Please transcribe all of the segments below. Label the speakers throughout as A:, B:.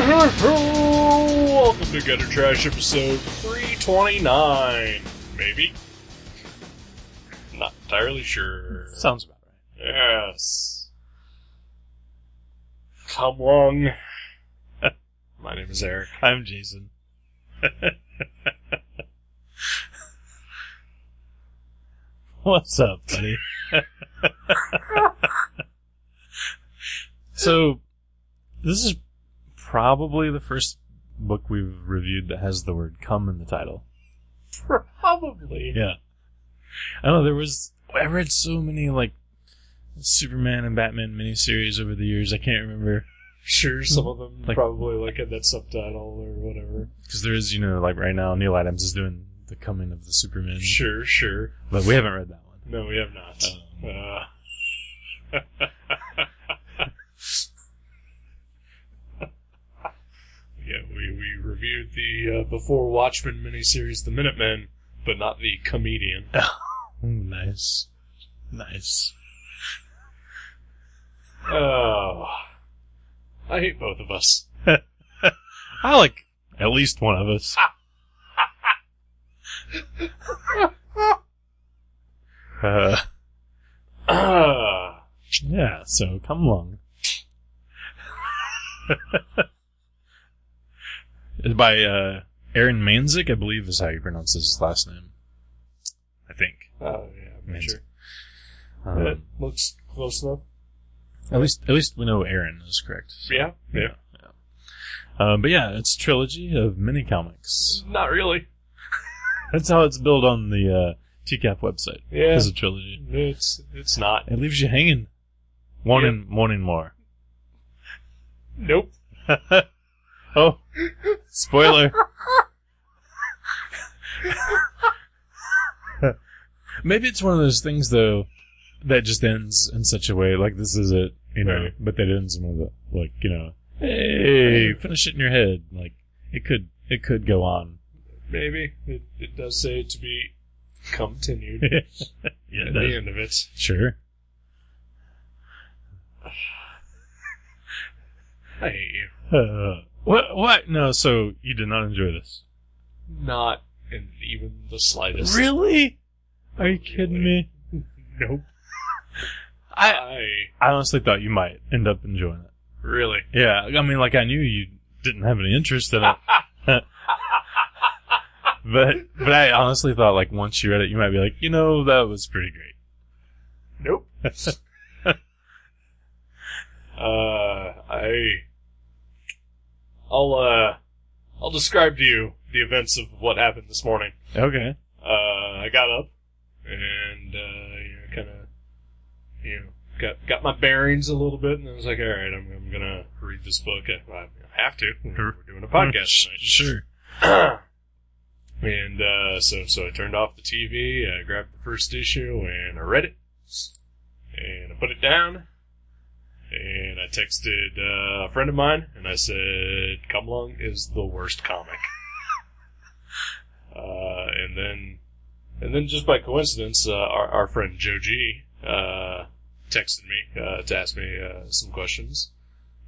A: Welcome to Gutter Trash episode 329. Maybe? Not entirely sure.
B: Sounds about right.
A: Yes. Come along. My name is Eric.
B: I'm Jason. What's up, buddy? so, this is probably the first book we've reviewed that has the word "come" in the title.
A: Probably.
B: Yeah. I don't know, there was. I read so many, like, Superman and Batman miniseries over the years. I can't remember.
A: Sure, some of them
B: Like-
A: probably look at that subtitle or whatever.
B: Because there is, you know, like right now, Neil Adams is doing The Coming of the Superman.
A: Sure, sure.
B: But we haven't read that one.
A: No, we have not. Uh, yeah, we, we reviewed the uh, before Watchmen miniseries, The Minutemen, but not the comedian.
B: Ooh, nice. Nice.
A: Oh, I hate both of us.
B: I like at least one of us. uh,
A: Ah,
B: yeah, so come along. By uh, Aaron Manzik, I believe is how you pronounce his last name. I think.
A: oh yeah, I'm
B: Means-
A: sure.
B: Um,
A: That looks close enough.
B: At least, at least we know Aaron is correct.
A: Yeah, yeah.
B: Um, but yeah, it's a trilogy of mini comics.
A: Not really.
B: That's how it's built on the uh, TCAP website.
A: Yeah,
B: It's a trilogy.
A: it's it's not.
B: It leaves you hanging, wanting, wanting more.
A: Nope.
B: oh, spoiler. Maybe it's one of those things though that just ends in such a way like this is it, you know.
A: Right.
B: But that ends in with a like you know, hey, finish it in your head. Like it could, it could go on.
A: Maybe it, it does say to be continued. at the end of it.
B: sure.
A: I hate you.
B: Uh, what? What? No. So you did not enjoy this.
A: Not in even the slightest.
B: Really? Are you kidding me?
A: Nope.
B: I
A: I
B: I honestly thought you might end up enjoying it.
A: really.
B: Yeah, I mean, like I knew you didn't have any interest in it, but but I honestly thought like once you read it, you might be like, you know, that was pretty great.
A: nope. uh, I. I'll uh, I'll describe to you the events of what happened this morning.
B: Okay.
A: Uh, I got up and uh, you know, kind of, you know, got got my bearings a little bit, and I was like, all right, I'm, I'm gonna read this book. I, I have to. We're doing a podcast tonight.
B: Sure.
A: and uh, so so I turned off the TV. I grabbed the first issue and I read it, and I put it down. And I texted uh, a friend of mine, and I said, "Come along is the worst comic." uh, and then, and then just by coincidence, uh, our, our friend Joe G uh, texted me uh, to ask me uh, some questions.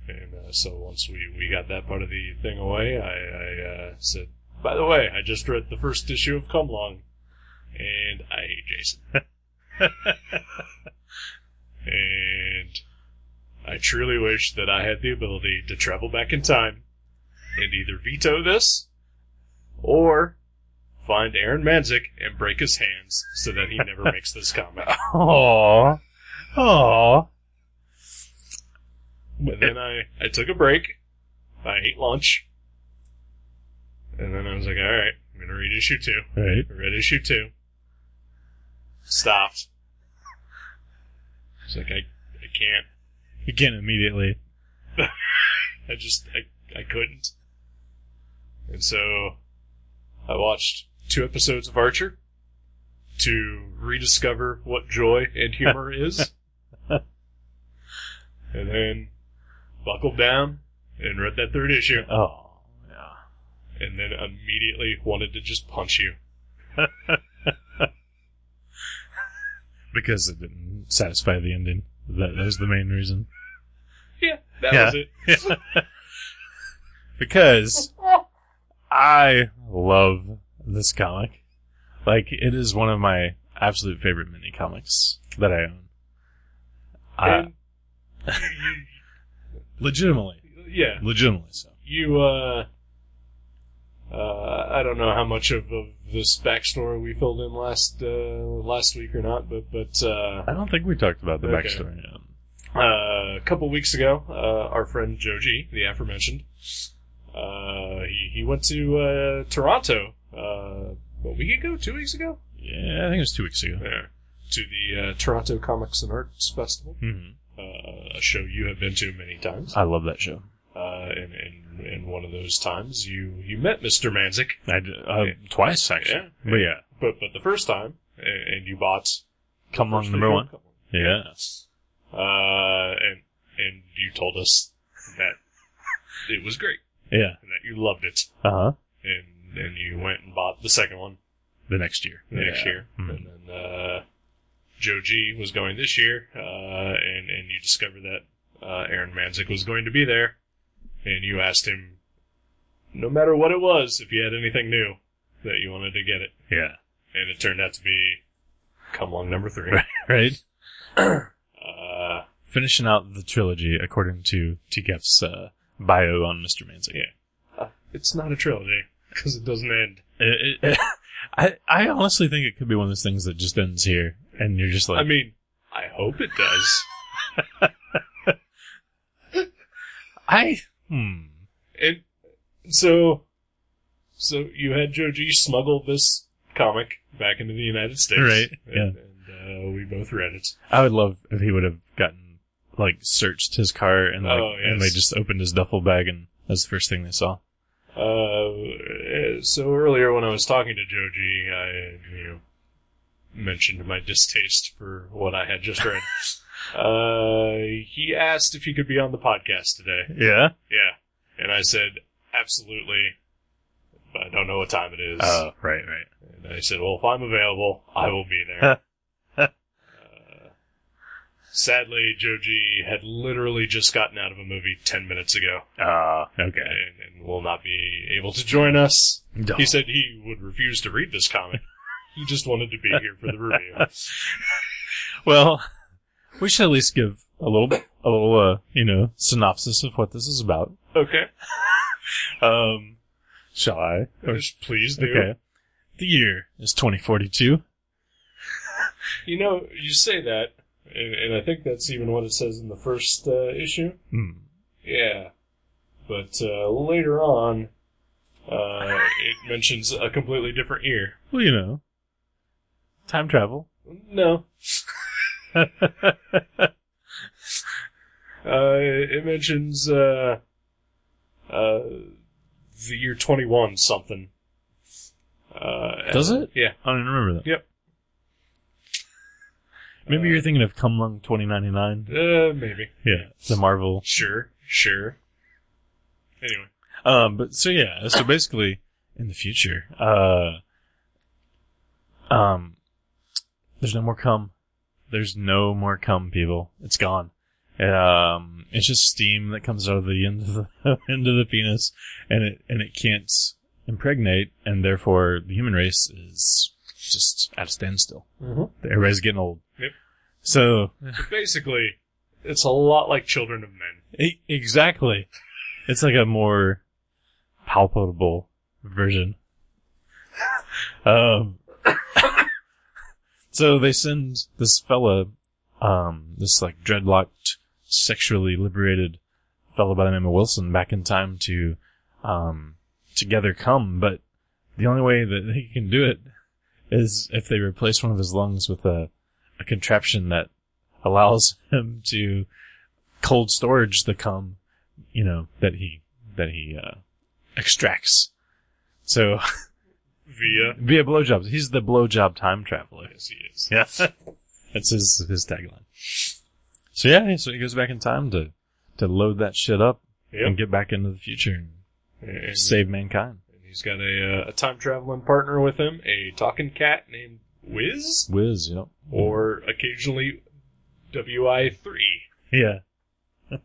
A: And uh, so once we, we got that part of the thing away, I, I uh, said, by the way, I just read the first issue of Come Long, and I hate Jason. and I truly wish that I had the ability to travel back in time and either veto this or find Aaron Manzik and break his hands so that he never makes this comment.
B: Aww. Aww.
A: But then I, I took a break. I ate lunch. And then I was like, alright, I'm gonna read issue two.
B: Right.
A: I read issue two. Stopped. It's like I, I can't.
B: Again, immediately.
A: I just I, I couldn't. And so I watched two episodes of Archer to rediscover what joy and humor is. and then buckled down and read that third issue
B: Oh. Yeah.
A: and then immediately wanted to just punch you.
B: Because it didn't satisfy the ending. That, that was the main reason.
A: Yeah, that
B: Yeah.
A: was it.
B: because I love this comic. Like it is one of my absolute favorite mini comics that I own. Uh, I,
A: And you,
B: legitimately,
A: you, yeah,
B: legitimately so.
A: you. uh uh, I don't know how much of, of this backstory we filled in last uh, last week or not, but but uh,
B: I don't think we talked about the
A: Okay.
B: backstory yet.
A: Uh, a couple weeks ago, uh, our friend Joji, the aforementioned, uh, he, he went to uh, Toronto uh, a week ago, two weeks ago,
B: Yeah, I think it was two weeks ago.
A: yeah. to the uh, Toronto Comics and Arts Festival,
B: hmm
A: uh, a show you have been to many times.
B: I love that show.
A: Uh, and, and, and one of those times, you, you met Mr. Manzik,
B: I d- uh, twice actually,
A: Yeah.
B: but yeah,
A: but but the first time, a- and you bought
B: come along
A: first
B: number
A: issue
B: one.
A: of Come Along.
B: Yeah,
A: Uh, and and you told us that it was great
B: yeah,
A: and that you loved it.
B: uh huh.
A: and and you went and bought the second one
B: The next year,
A: the next
B: Yeah.
A: year,
B: Mhm.
A: and then uh, Joe G was going this year, uh, and and you discovered that uh, Aaron Manzik was going to be there, and you asked him, no matter what it was, if you had anything new that you wanted to get it,
B: Yeah,
A: and it turned out to be Come Along Number Three.
B: right.
A: uh,
B: Finishing out the trilogy according to TCAF's uh, bio on Mr. Manzik.
A: Yeah. it's not a trilogy because it doesn't end.
B: It- it- I I honestly think it could be one of those things that just ends here, and you're just like,
A: I mean, I hope it does.
B: I hmm.
A: And so, so you had Joji smuggle this comic back into the United States,
B: Right,
A: And, and uh, we both read it.
B: I would love if he would have gotten like searched his car and like
A: Oh,
B: and they
A: yes.
B: just opened his duffel bag and that's the first thing they saw.
A: Uh, uh, so earlier when I was talking to Joji, I you know mentioned my distaste for what I had just read. uh, he asked if he could be on the podcast today.
B: Yeah.
A: Yeah, and I said absolutely. But I don't know what time it is.
B: Oh, right, right.
A: And I said, well, if I'm available, I will be there. uh, sadly, Joji had literally just gotten out of a movie 10 minutes ago
B: Ah, okay.
A: and, and will not be able to join us.
B: Duh.
A: He said he would refuse to read this comic. he just wanted to be here for the review.
B: well, we should at least give a little, a little, uh, you know, synopsis of what this is about.
A: Okay.
B: Um, shall I? Or-
A: Just please do.
B: okay. The year is 2042.
A: You know, you say that, and, and I think that's even what it says in the first uh, issue.
B: Hmm.
A: Yeah. But uh, later on, uh, it mentions a completely different year.
B: Well, you know, time travel.
A: No.
B: yeah,
A: Uh, it mentions uh, uh, the year 21 something. Uh,
B: Does it?
A: Yeah.
B: I don't remember that.
A: Yep.
B: Maybe you're thinking of Come Lung 2099.
A: Uh, maybe.
B: Yeah, the Marvel.
A: Sure, sure. Anyway.
B: Um, but so yeah, so basically, in the future, uh, um, there's no more cum. There's no more cum, people. It's gone. Um, it's just steam that comes out of the end of the end of the penis, and it and it can't impregnate, and therefore the human race is just at a standstill. Everybody's getting old.
A: Yep.
B: So
A: But basically, it's a lot like Children of Men.
B: E- exactly. It's like a more palpable version. um, so they send this fella, um, this like dreadlocked, sexually liberated fella by the name of Wilson back in time to, um, together come, but the only way that he can do it is if they replace one of his lungs with a, a contraption that allows him to cold storage the cum, you know, that he, that he, uh, extracts. So,
A: Via.
B: via blowjobs. He's the blowjob time traveler.
A: Yes, he is.
B: Yeah. That's his, his tagline. So yeah, so he goes back in time to, to load that shit up and
A: Yep.
B: get back into the future and
A: And-
B: save mankind.
A: And he's got a, uh, a time traveling partner with him, a talking cat named Wiz,
B: Whiz, you know?
A: or occasionally WI3.
B: Yeah. I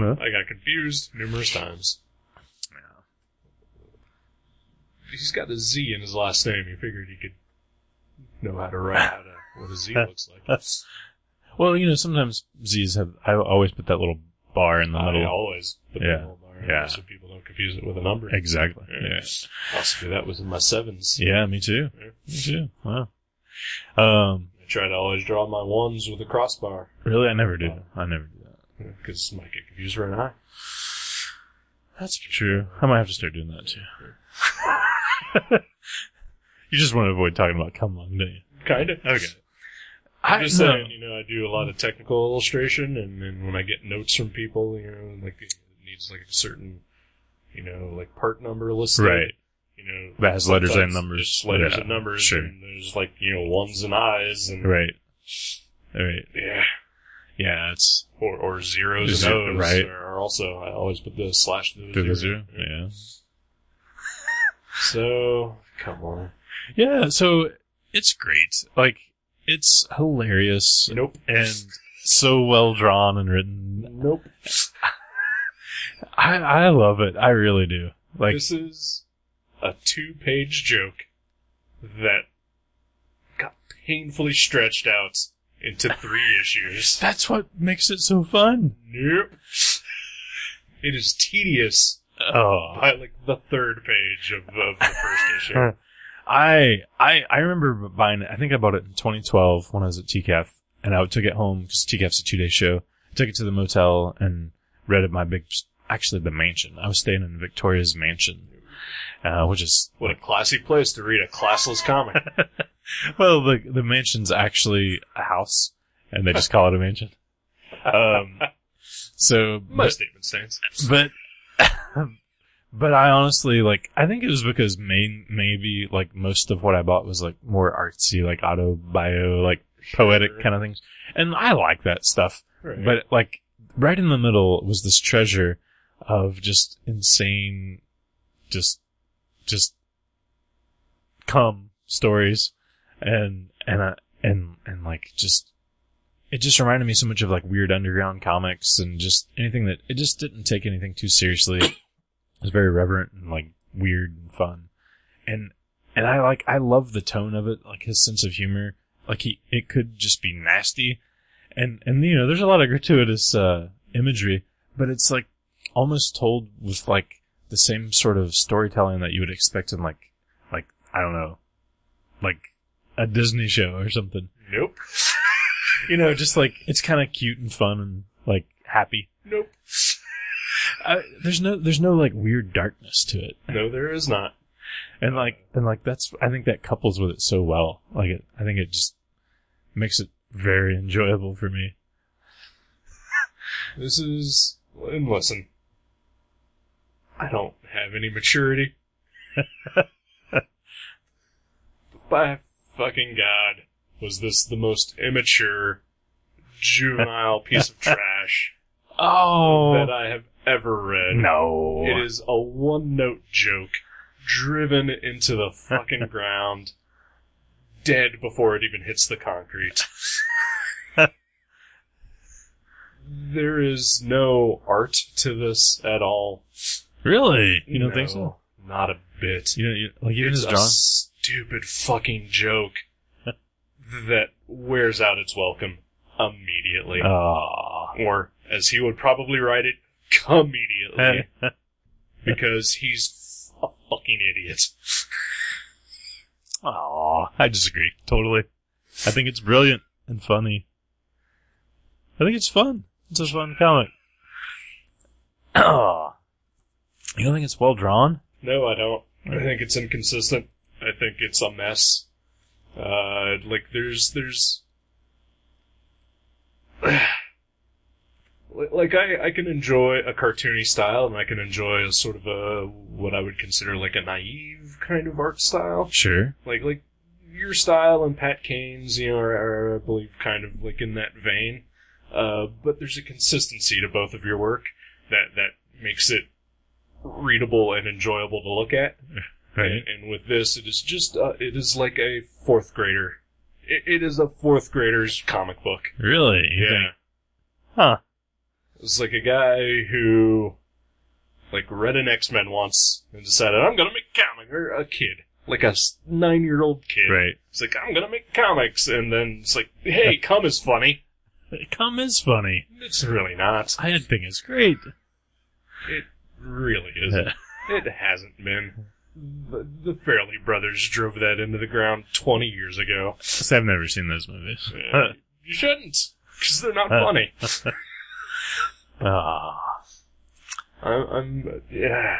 B: know.
A: I got confused numerous times. He's got a Z in his last name. He figured he could know how to write out a, what a Z looks like.
B: That's- well, you know, sometimes Z's have. I always put that little bar in the
A: I
B: middle.
A: always put the
B: Yeah.
A: middle bar in
B: Yeah.
A: so people don't confuse it with a number.
B: Exactly.
A: Yeah. Possibly that was in my sevens.
B: Yeah, me too.
A: Yeah.
B: Me too. Wow. Um,
A: I try to always draw my ones with a crossbar
B: really, I never do. I never do that.
A: because might get confused for an eye.
B: That's true. I might have to start doing that too. you just want to avoid talking about cum lung, don't you?
A: Kind of.
B: Okay.
A: I'm just
B: no.
A: saying, you know, I do a lot of technical illustration, and then when I get notes from people, you know, like it needs like a certain, you know, like part number listed,
B: Right.
A: You know,
B: That has letters and
A: sometimes
B: numbers.
A: just letters
B: Yeah,
A: and numbers,
B: sure.
A: and there's like you know ones and eyes, and
B: Right. Right.
A: yeah,
B: Yeah, it's
A: or or zeros
B: Ze-
A: and O's,
B: right.
A: Or also, I always put the slash to the,
B: the
A: zero.
B: visitor. Yeah.
A: So come on,
B: Yeah, so it's great. Like, it's hilarious
A: nope,
B: and so well drawn and written.
A: nope.
B: I, I love it. I really do. Like,
A: this is a two-page joke that got painfully stretched out into three issues.
B: that's what makes it so fun.
A: Nope. It is tedious
B: Oh.
A: by like the third page of, of the first issue.
B: I, I, I remember buying it. I think I bought it in 2012 when I was at TCAF and I took it home because TCAF's a two day show. Took it to the motel and read at my big, actually the mansion. I was staying in Victoria's mansion, uh, which is
A: What a classy place to read a classless comic.
B: well, the the mansion's actually a house, and they just call it a mansion. Um, so,
A: My
B: but,
A: statement stands.
B: but, but I honestly like. I think it was because main maybe like most of what I bought was like more artsy, like auto bio, like poetic
A: Sure.
B: kind of things, and I like that stuff.
A: Right.
B: But like right in the middle was this treasure of just insane, just, just cum stories, and and I, and and like just. It just reminded me so much of like weird underground comics and just anything that it just didn't take anything too seriously. it was very reverent and like weird and fun. And and I like I love the tone of it, like his sense of humor. Like he it could just be nasty, and and you know there's a lot of gratuitous uh imagery but it's like almost told with like the same sort of storytelling that you would expect in like like i don't know like a disney show or something
A: nope.
B: you know just like it's kind of cute and fun and like happy
A: Nope.
B: I, there's no there's no like weird darkness to it
A: No, there is not.
B: and like and like that's i think that couples with it so well like it, i think it just makes it very enjoyable for me
A: This is and listen. I don't have any maturity. By fucking god, was this the most immature, juvenile piece of trash
B: oh
A: that I have ever read?
B: no
A: It is a one note joke driven into the fucking ground, dead before it even hits the concrete. there is no art to this at all.
B: Really? You don't
A: No,
B: think so?
A: Not a bit.
B: You, don't- you like even
A: it's
B: his
A: a
B: drawing?
A: stupid fucking joke that wears out its welcome immediately.
B: Uh. Aw.
A: or, as he would probably write it, comediately because he's a fucking idiot.
B: Aw. I disagree totally. I think it's brilliant and funny. I think it's fun. It's a fun comic. Aw. you don't think it's well drawn?
A: No, I don't. I think it's inconsistent. I think it's a mess. Uh, like there's there's Li- like I I can enjoy a cartoony style and I can enjoy a sort of a what I would consider like a naive kind of art style.
B: Sure.
A: Like like your style and Pat Kane's, you know, are, are I believe kind of like in that vein. Uh, but there's a consistency to both of your work that that makes it readable and enjoyable to look at. And, and with this, it is just uh, it is like a fourth grader. It, it is a fourth grader's comic book.
B: Really? You think- Huh.
A: It's like a guy who, like, read an X Men once and decided, I'm gonna make comic or a kid, like a nine year old kid.
B: Right.
A: It's like I'm gonna make comics, and then it's like, hey, cum is funny.
B: Cum is funny.
A: It's really not.
B: I think it's great.
A: It really isn't. it hasn't been. The, the Fairley Brothers drove that into the ground 20 years ago.
B: So I've never seen those movies.
A: Uh, you shouldn't, because they're not funny.
B: Ah,
A: I'm, I'm yeah.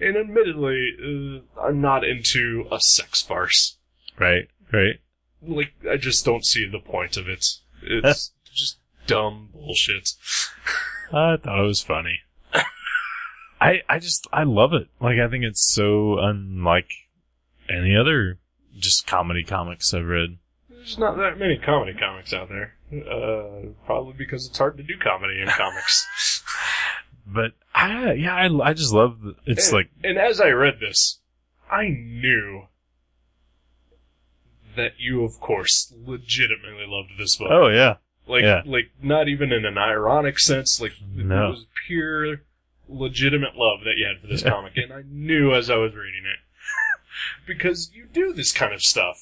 A: And admittedly, uh, I'm not into a sex farce.
B: right, right.
A: Like, I just don't see the point of it. It's just dumb bullshit.
B: I thought it was funny. I I just I love it. Like I think it's so unlike any other just comedy comics I've read.
A: There's not that many comedy comics out there. Uh, probably because it's hard to do comedy in comics.
B: But I yeah I, I just love the, it's
A: and,
B: like
A: and as I read this, I knew that you, of course, legitimately loved this book.
B: oh yeah
A: like,
B: yeah.
A: like not even in an ironic sense. Like,
B: No.
A: it was pure, legitimate love that you had for this comic, and I knew as I was reading it because you do this kind of stuff.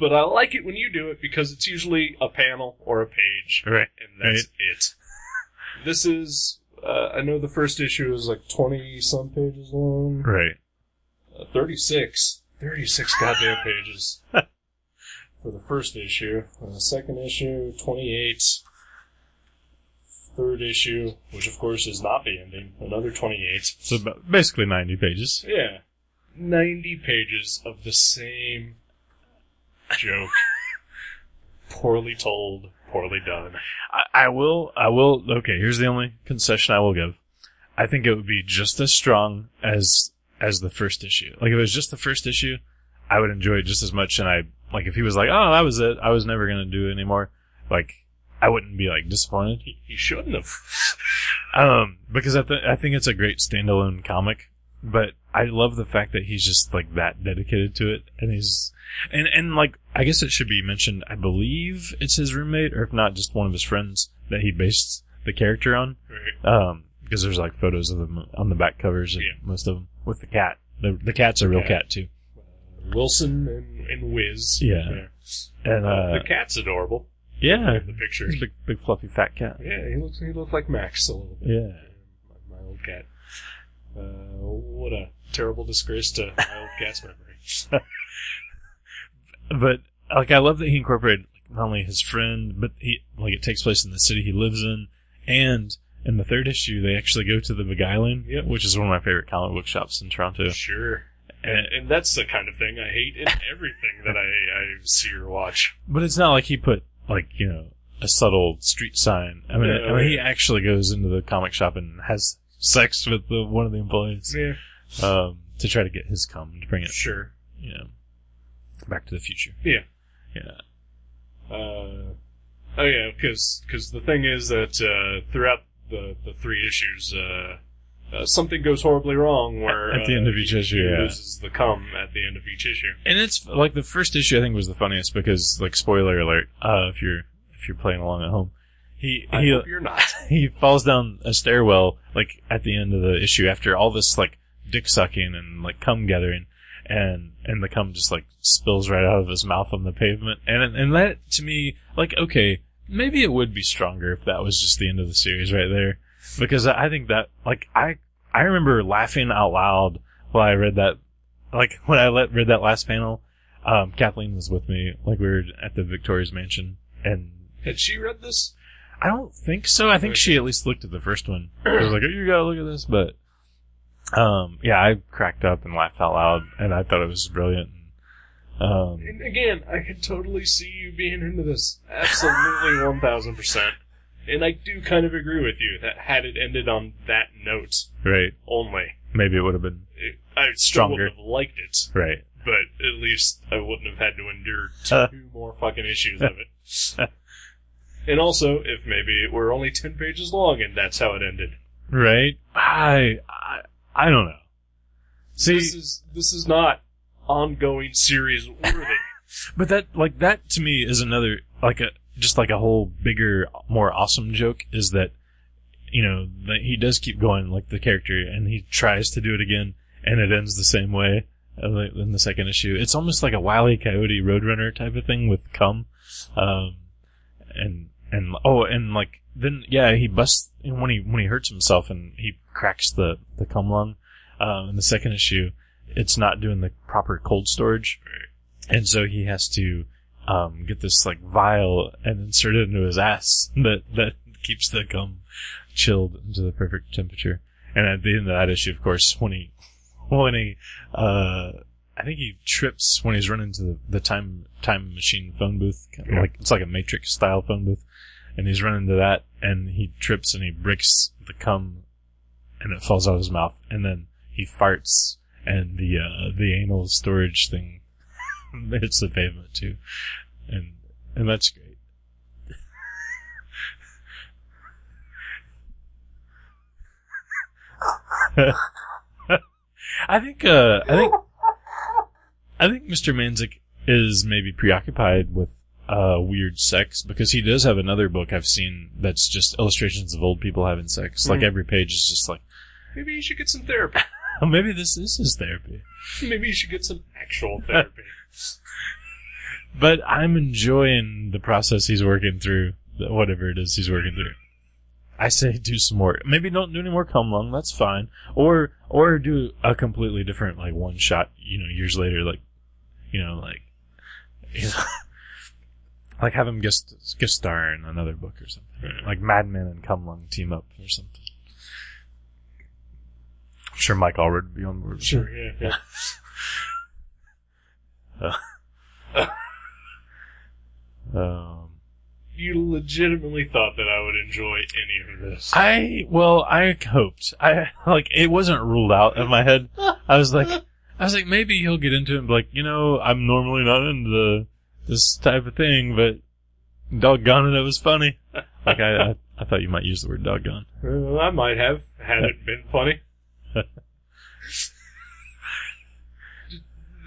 A: But I like it when you do it because it's usually a panel or a page
B: right
A: and that's it. This is, uh, I know the first issue is like 20 some pages long.
B: right
A: Uh, 36. 36 goddamn pages for the first issue. And the second issue, 28. Third issue, which of course is not the ending, another 28.
B: so about, basically ninety pages
A: Yeah. 90 pages of the same joke. poorly told, poorly done.
B: I, I will I will okay here's the only concession I will give I think it would be just as strong as as the first issue like if it was just the first issue I would enjoy it just as much and I like if he was like oh that was it I was never gonna do it anymore like I wouldn't be like disappointed
A: He, he shouldn't have.
B: um, because I, th- I think it's a great standalone comic, but I love the fact that he's just like that dedicated to it, and he's and and like I guess it should be mentioned. I believe it's his roommate, or if not, just one of his friends that he based the character on.
A: Right.
B: Um, because there's like photos of them on the back covers of
A: Yeah.
B: most of them with the cat. The the cat's a real
A: Cat.
B: cat too,
A: Wilson and, and Wiz.
B: Yeah. and uh,
A: the cat's adorable.
B: yeah,
A: In the picture.
B: he's a big big fluffy fat cat.
A: Yeah, he looks he looked like Max a little bit.
B: Yeah,
A: My, my old cat. Uh, what a terrible disgrace to my old cat's memory.
B: but like I love that he incorporated like, not only his friend, but he like it takes place in the city he lives in, and in the third issue they actually go to the Beguiling,
A: Yep.
B: which is one of my favorite comic book shops in Toronto.
A: Sure. And,
B: And,
A: and that's the kind of thing I hate in everything that I, I see or watch.
B: but it's not like he put like you know a subtle street sign. I mean,
A: Yeah,
B: I mean he actually goes into the comic shop and has sex with the, one of the employees
A: Yeah.
B: um, to try to get his cum to bring it,
A: Sure.
B: you know, back to the future.
A: Yeah.
B: Yeah.
A: Uh, oh yeah, because the thing is that uh, throughout the, the three issues, uh, uh, something goes horribly wrong. Where
B: At the
A: uh,
B: end of each
A: he-
B: issue,
A: he
B: yeah.
A: loses the cum at the end of each issue.
B: And it's like the first issue I think was the funniest because like spoiler alert, uh, if you're if you're playing along at home, he
A: I
B: he uh,
A: hope you're not.
B: he falls down a stairwell like at the end of the issue after all this like dick sucking and like cum gathering, and and the cum just like spills right out of his mouth on the pavement, and and that to me like okay maybe it would be stronger if that was just the end of the series right there because I I think that like I I remember laughing out loud while I read that like when I let, read that last panel, um, Kathleen was with me. Like we were at the Victoria's mansion, and
A: Had she read this?
B: I don't think so. I think she at least looked at the first one. I was like, "Oh, you gotta look at this," but um, yeah, I cracked up and laughed out loud, and I thought it was brilliant. Um,
A: And again, I could totally see you being into this. Absolutely 1000%. And I do kind of agree with you that had it ended on that note
B: right?
A: only,
B: Maybe it would have been
A: it, I still
B: Stronger.
A: would have liked it,
B: right.
A: but at least I wouldn't have had to endure two more fucking issues of it. and also, if maybe it were only 10 pages long and that's how it ended.
B: Right? I, I, I don't know. See,
A: This is, this is not ongoing series worthy.
B: But that, like, that to me is another, like, a, just like a whole bigger, more awesome joke is that you know, the, he does keep going like the character, and he tries to do it again, and it ends the same way uh, like, in the second issue. It's almost like a Wile E. Coyote Roadrunner type of thing with cum, um, and and oh, and like then yeah, he busts and when he when he hurts himself and he cracks the the cum lung. Um, in the second issue, it's not doing the proper cold storage, and so he has to um, get this like vial and insert it into his ass that that keeps the gum chilled into the perfect temperature. And at the end of that issue, of course, when he when he uh, I think he trips when he's running to the, the time time machine phone booth, kinda
A: Yeah.
B: like it's like a Matrix style phone booth, and he's running to that, and he trips and he breaks the cum, and it falls out of his mouth, and then he farts, and the uh, the anal storage thing hits the pavement too, and and that's great. I think uh, I think I think Mr. Manzik is maybe preoccupied with uh, weird sex because he does have another book I've seen that's just illustrations of old people having sex. Like
A: Mhm.
B: every page is just like,
A: Maybe you should get some therapy.
B: oh, maybe this is his therapy.
A: Maybe you should get some actual therapy.
B: But I'm enjoying the process he's working through, th- whatever it is he's working through. I say do some more. Maybe don't do any more come long. That's fine. Or or do a completely different like one shot. You know, years later, like you know, like you know, like have him guest guest star in another book or something. Like Mad Men and Come Long team up or something. I'm sure Mike Allred would be on board. with that.
A: Sure, yeah, yeah.
B: Um,
A: You legitimately thought that I would enjoy any of this.
B: I well, I hoped. I like it wasn't ruled out of my head. I was like, I was like, maybe he'll get into it. And be like, you know, I'm normally not into this type of thing, but doggone it, it was funny. Like I, I, I thought you might use the word doggone.
A: Uh, I might have, had it been funny.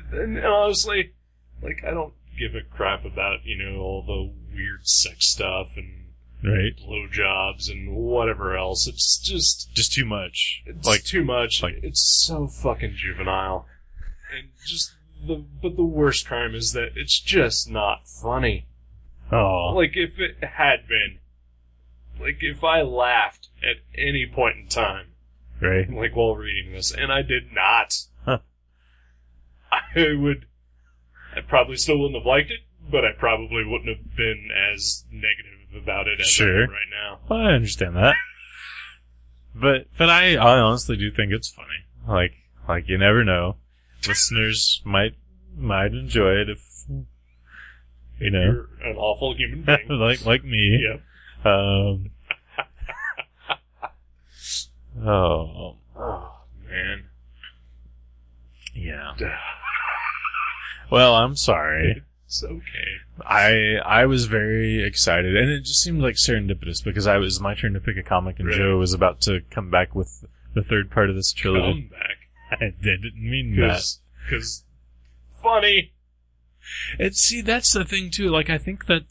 A: and honestly, like, I don't give a crap about, you know, all the weird sex stuff and
B: Right?
A: blowjobs and whatever else. It's just,
B: Just too much.
A: it's
B: Like
A: like, too much.
B: like-
A: it's so fucking juvenile. And just, the, but the worst crime is that it's just not funny.
B: oh,
A: Like if it had been, like if I laughed at any point in time,
B: right?
A: like while reading this, and I did not,
B: Huh.
A: I would, I probably still wouldn't have liked it, but I probably wouldn't have been as negative about it as I
B: Sure.
A: am right now.
B: Well, I understand that. But but I, I honestly do think it's funny. Like like you never know. Listeners might might enjoy it if you know
A: You're an awful human being.
B: like like me.
A: yep.
B: Um Oh
A: Oh man.
B: yeah. Well, I'm sorry.
A: It's okay.
B: I I was very excited, and it just seemed like serendipitous because I it was my turn to pick a comic, and
A: Really?
B: Joe was about to come back with the third part of this trilogy.
A: Come back.
B: I Oh, didn't mean that.
A: Cause, 'cause funny.
B: It's see, that's the thing too. Like I think that,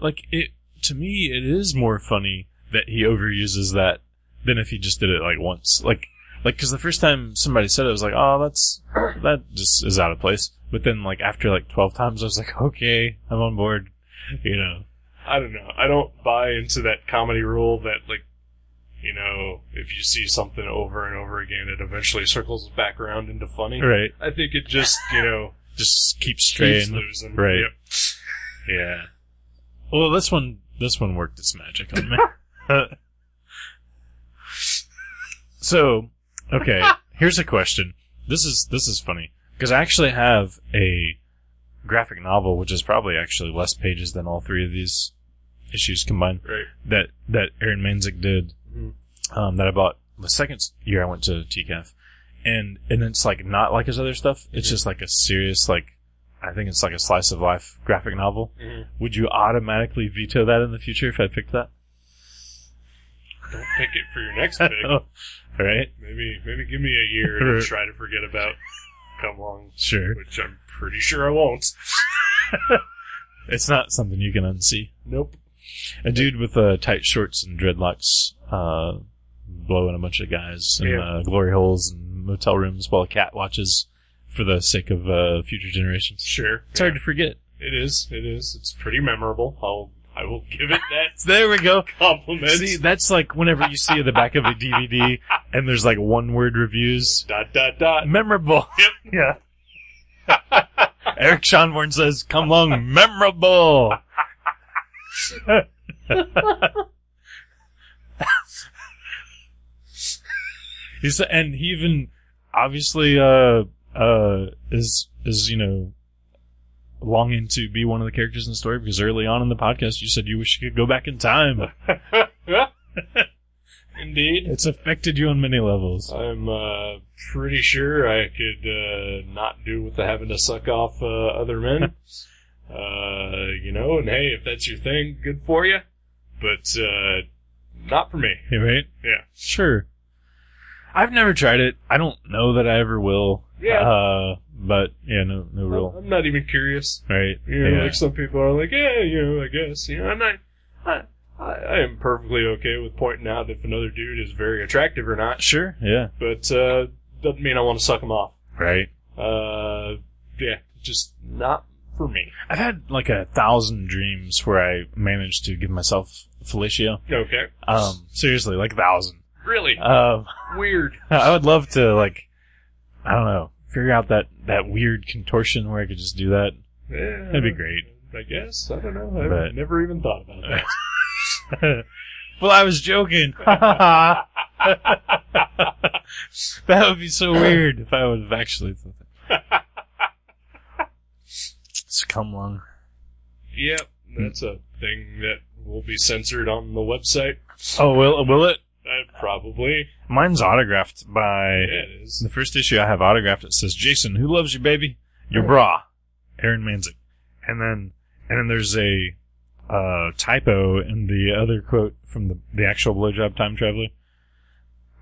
B: like it to me, it is more funny that he overuses that than if he just did it like once. Like, like because the first time somebody said it, I was like, oh, that's that just is out of place. But then like after like twelve times, I was like, okay, I'm on board. You know,
A: I don't know. I don't buy into that comedy rule that like, you know, if you see something over and over again, it eventually circles back around into funny.
B: right?
A: I think it just, you know,
B: Just keep
A: keeps
B: straying.
A: losing.
B: Right.
A: Yep.
B: Yeah. Well, this one this one worked its magic on me. so, okay, here's a question. This is this is funny because I actually have a graphic novel which is probably actually less pages than all three of these issues combined
A: Right.
B: that that Aaron Manzik did
A: Mhm.
B: um, that I bought the second s- year I went to TCAF, and and it's like not like his other stuff. It's
A: Mhm.
B: just like a serious like I think it's like a slice of life graphic novel.
A: Mhm.
B: Would you automatically veto that in the future if I picked that?
A: Don't pick it for your next pick.
B: right?
A: Maybe, maybe give me a year
B: Right.
A: to try to forget about come along,
B: Sure.
A: which I'm pretty sure I won't.
B: It's not something you can unsee.
A: Nope.
B: A dude with uh, tight shorts and dreadlocks uh, blowing a bunch of guys in
A: Yeah.
B: uh, glory holes and motel rooms while a cat watches for the sake of uh, future generations.
A: Sure.
B: It's hard to forget.
A: It is. It is. It's pretty memorable. I'll. I will give it that
B: There we go.
A: compliment.
B: See, that's like whenever you see the back of a DVD and there's like one word reviews.
A: dot dot dot.
B: Memorable.
A: Yeah.
B: Eric Schonborn says, come along, memorable. he said, and he even obviously, uh, uh, is, is, you know, longing to be one of the characters in the story because early on in the podcast you said you wish you could go back in time.
A: Indeed.
B: It's affected you on many levels.
A: I'm uh, pretty sure I could uh, not do with the having to suck off uh, other men. uh, you know, and hey, if that's your thing, good for you. But uh, not for me.
B: Yeah, Right?
A: Yeah.
B: Sure. I've never tried it. I don't know that I ever will.
A: Yeah.
B: Uh, but yeah, no, no real.
A: I'm not even curious.
B: Right.
A: You know,
B: yeah.
A: like some people are like, yeah, you know, I guess. You know, I'm not. I, I, I am perfectly okay with pointing out if another dude is very attractive or not,
B: sure. Yeah.
A: but uh, doesn't mean I want to suck him off.
B: Right.
A: Uh, yeah, just not for me.
B: I've had like a thousand dreams where I managed to give myself fellatio.
A: Okay.
B: Um, seriously, like a thousand.
A: Really
B: Um,
A: weird.
B: I would love to like, I don't know, figure out that, that weird contortion where I could just do that.
A: Yeah,
B: That'd be great.
A: I guess. I don't know. I've
B: But-
A: never even thought about that.
B: well, I was joking. that would be so weird if I would have actually thought that. So come along.
A: yep, that's a thing that will be censored on the website.
B: Oh, will will it?
A: Uh, probably.
B: Mine's autographed
A: Yeah,
B: by
A: it is.
B: the first issue I have autographed. It says Jason, who loves you, baby? Your bra, Aaron Manzik, and then and then there's a uh, typo in the other quote from the the actual blowjob time traveler.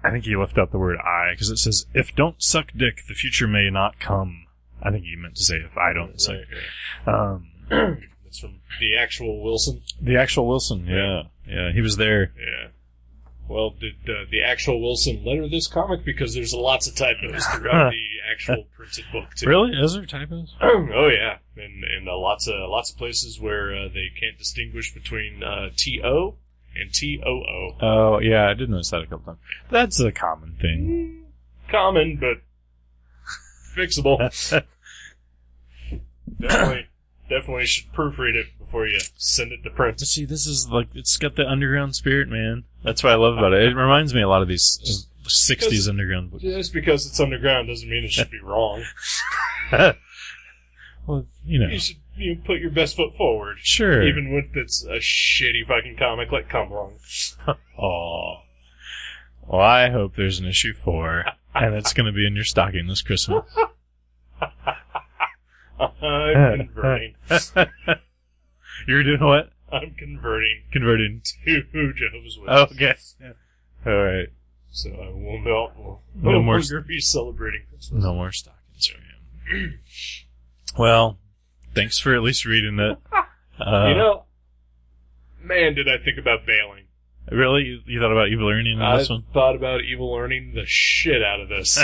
B: I think he left out the word "I" because it says, "If don't suck dick, the future may not come." I think he meant to say, "If I don't suck."
A: Right, right.
B: Um,
A: That's from the actual Wilson.
B: the actual Wilson, yeah, yeah, he was there.
A: Yeah. Well, did uh, the actual Wilson letter this comic? Because there's lots of typos throughout the actual printed book, too.
B: Really? Is there typos?
A: oh, yeah. And, and uh, lots, of, lots of places where uh, they can't distinguish between uh, T-O and T-O-O.
B: Oh, yeah, I did notice that a couple times. That's a common thing.
A: common but fixable. definitely, definitely should proofread it before you send it to print.
B: But see, this is like it's got the underground spirit, man. That's what I love about it. It reminds me a lot of these just '60s underground books.
A: Just because it's underground doesn't mean it should be wrong.
B: Well, you know,
A: You should you know, put your best foot forward,
B: sure.
A: even when it's a shitty fucking comic like Come Along.
B: oh, well, I hope there's an issue four, and it's going to be in your stocking this Christmas.
A: I'm converting.
B: You're doing what?
A: I'm converting
B: Converting.
A: to Jehovah's Witness.
B: Okay. All right.
A: So I will not, will
B: No
A: no,
B: more-
A: longer be celebrating Christmas.
B: No more stockings for him. Well, thanks for at least reading it. Uh,
A: you know, man, did I think about bailing.
B: really, you, you thought about Evil Ernie in
A: I
B: this one?
A: thought about evil earning the shit out of this.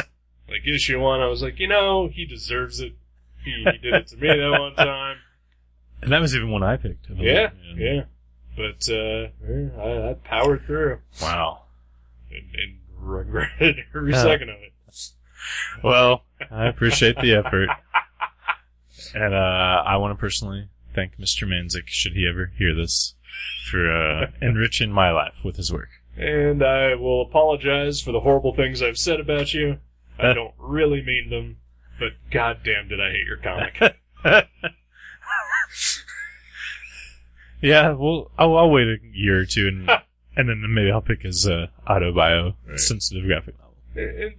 A: like issue one, I was like, you know, he deserves it. He, he did it to me that one time.
B: And that was even one I picked. I believe.
A: Yeah, yeah. But uh, yeah, I, I powered through
B: Wow.
A: and, and regretted every
B: Yeah.
A: second of it.
B: Well, I appreciate the effort. And uh, I want to personally thank Mr. Manzik, should he ever hear this, for uh, enriching my life with his work.
A: And I will apologize for the horrible things I've said about you. I don't really mean them, but goddamn, did I hate your comic.
B: Yeah, well, I'll, I'll wait a year or two, and and then maybe I'll pick his uh, autobio
A: Right.
B: sensitive graphic novel.
A: It- it-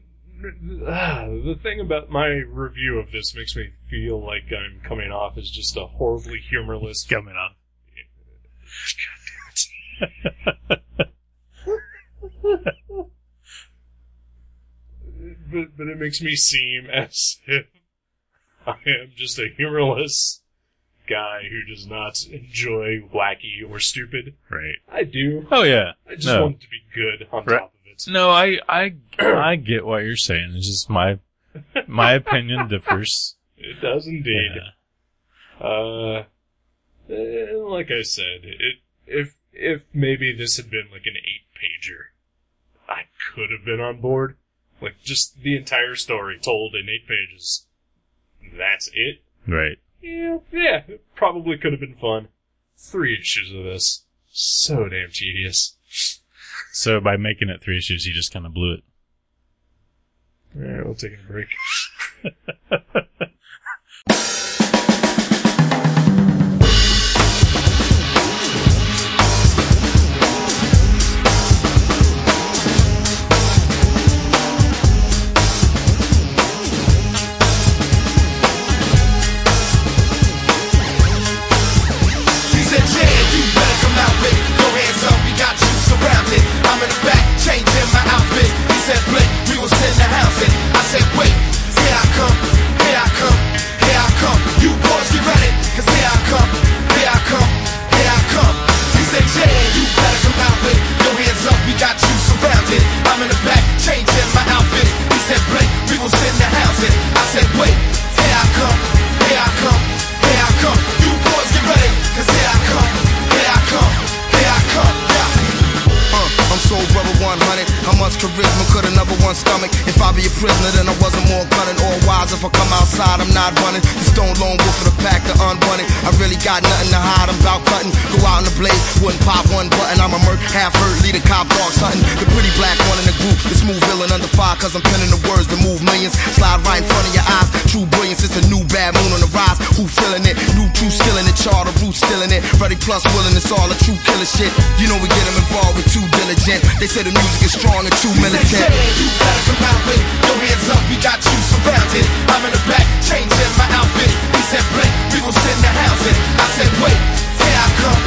A: ah, the thing about my review of this makes me feel like I'm coming off as just a horribly humorless.
B: Coming up.
A: But, but it makes me seem as if I am just a humorless guy who does not enjoy wacky or stupid.
B: Right.
A: I do.
B: Oh yeah.
A: I just
B: No.
A: want it to be good on
B: Right.
A: top of it.
B: No, I I I get what you're saying. It's just my my opinion differs.
A: It does indeed.
B: Yeah.
A: Uh, eh, like I said, it, if if maybe this had been like an eight pager, I could have been on board. Like just the entire story told in eight pages. That's it.
B: Right.
A: Yeah, yeah, it probably could have been fun. Three issues of this, so damn tedious.
B: So by making it three issues, he just kind of blew it.
A: All right, we'll take a break.
C: He said, yeah, you better come out with it. Your hands up, we got you surrounded. I'm in the back, changing my outfit. He said, Blake, we was in the house. And I said, wait, here I come, here I come, here I come. You boys, get ready, cause here I come, here I come, here I come. He said, yeah, you better come out with it. Your hands up, we got you surrounded. I'm in the back, changing my outfit. He said, Blake, we was in the house. And I said, wait, here I come, here I come, here I come. You boys, get ready, cause here I come, here I come, here I come. Yeah.
D: Uh, I'm so rubber 100. How much charisma could another one stomach? If I be a prisoner, then I wasn't more cunning or wise. If I come outside, I'm not running. The stone lone wolf of the pack, the unwanted. I really got nothing to hide. I'm about cutting. Go out in the blaze, wouldn't pop one button. I'm a merc, half hurt, lead a cop dog hunting. The pretty black one in the group, the smooth villain under fire. Cause I'm penning the words to move millions. Slide right in front of your eyes. True brilliance, it's a new bad moon on the rise. Who feeling it? New true skillin' it. Charter root stealing it. Ready plus willing, it's all a true killer shit. You know we get 'em involved with too diligent. They say the music is strong and too
C: They
D: militant.
C: said, "Yeah, you better come out with it. Your hands up, we got you surrounded. I'm in the back, changing my outfit. He said, Blake, we gon' sit in the house. And I said, wait, here I come,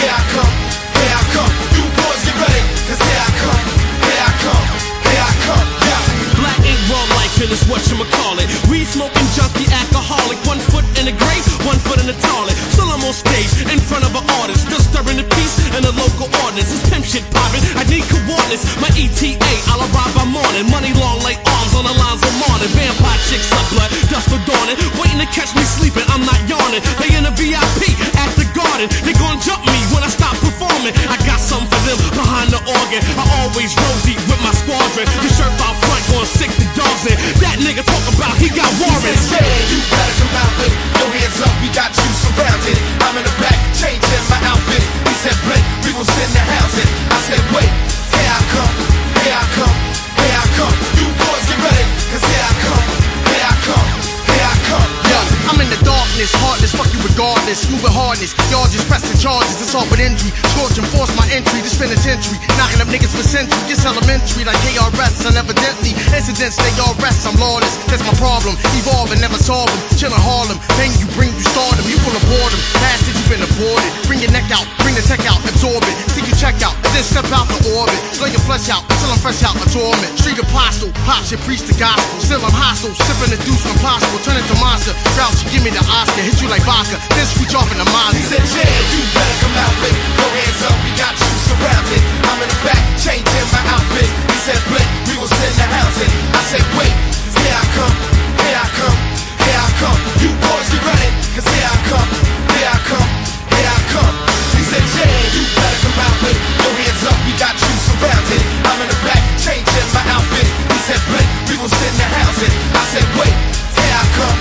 C: here I come, here I come. You boys get ready, cause here I come, here I come, here I come. Yeah.
E: Black ain't raw like it is what you call it. Weed smoking junkie alcoholic, one foot in the grave, one foot in the toilet. Still I'm on stage in front of an audience, disturbing the peace and the local ordinance. It's pimp shit poppin'. I need coordinates. My ETA, I'll arrive by morning. Money long like arms on the lines of morning. Vampire chicks up blood, dust for dawning, waiting to catch me sleeping. I'm not yawning. They in the VIP at the garden. They gon' jump me when I stop performing. I got something for them behind the organ. I always roll deep with my squadron. The shirt out front going sick the dogs in. That nigga talk about he got warrants.
C: They said, "Yeah, you better come out with it. Your hands up, we got you surrounded. I'm in the back, changing my outfit. He said, Blake, we gon' sit in the house. And I said, wait, here I come, here I come, here I come. You boys get ready, cause here I come, here I come, here I come.
D: Yo, I'm in the darkness, heartless, fuck you regardless, moving hardness. Y'all just pressing charges, it's all but injury. Scorching force my entry, this penitentiary. Knocking up niggas for centuries, it's elementary like KRS, and evidently incidents they all rest. I'm lawless, that's my problem. Evolving, never solving. Chillin' Harlem, pain you bring, you stardom. You full of boredom, bastard, you been aborted. Bring your neck out, bring the tech out, absorb it. See you check out, and then step out the orbit. Slay your flesh out, till I'm fresh out the torment. Street apostle, pop shit, preach the gospel. Still I'm hostile, sipping the deuce when possible. Turn into monster, grouchy, give me the Oscar. Hit you like vodka, then switch off in the
C: He
D: monster.
C: said, yeah, you better come out with it. Your hands up, we got you surrounded. I'm in the back, changing my outfit. He said, Blake, we gon' sit in the house. And I said, wait, here I come, here I come, here I come. You boys get ready, cause here I come, here I come, here I come. He said, yeah, you better come out with it. Your hands up, we got you surrounded. I'm in the back, changing my outfit. He said, Blake, we gon' sit in the house. And I said, wait, here I come,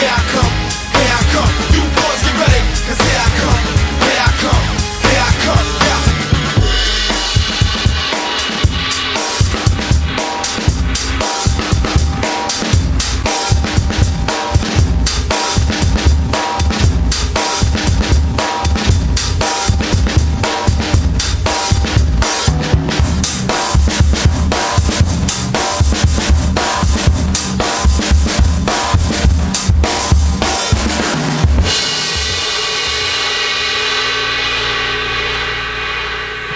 C: here I come, here I come. You boys get ready, cause here I come, here I come, here I come. Yeah.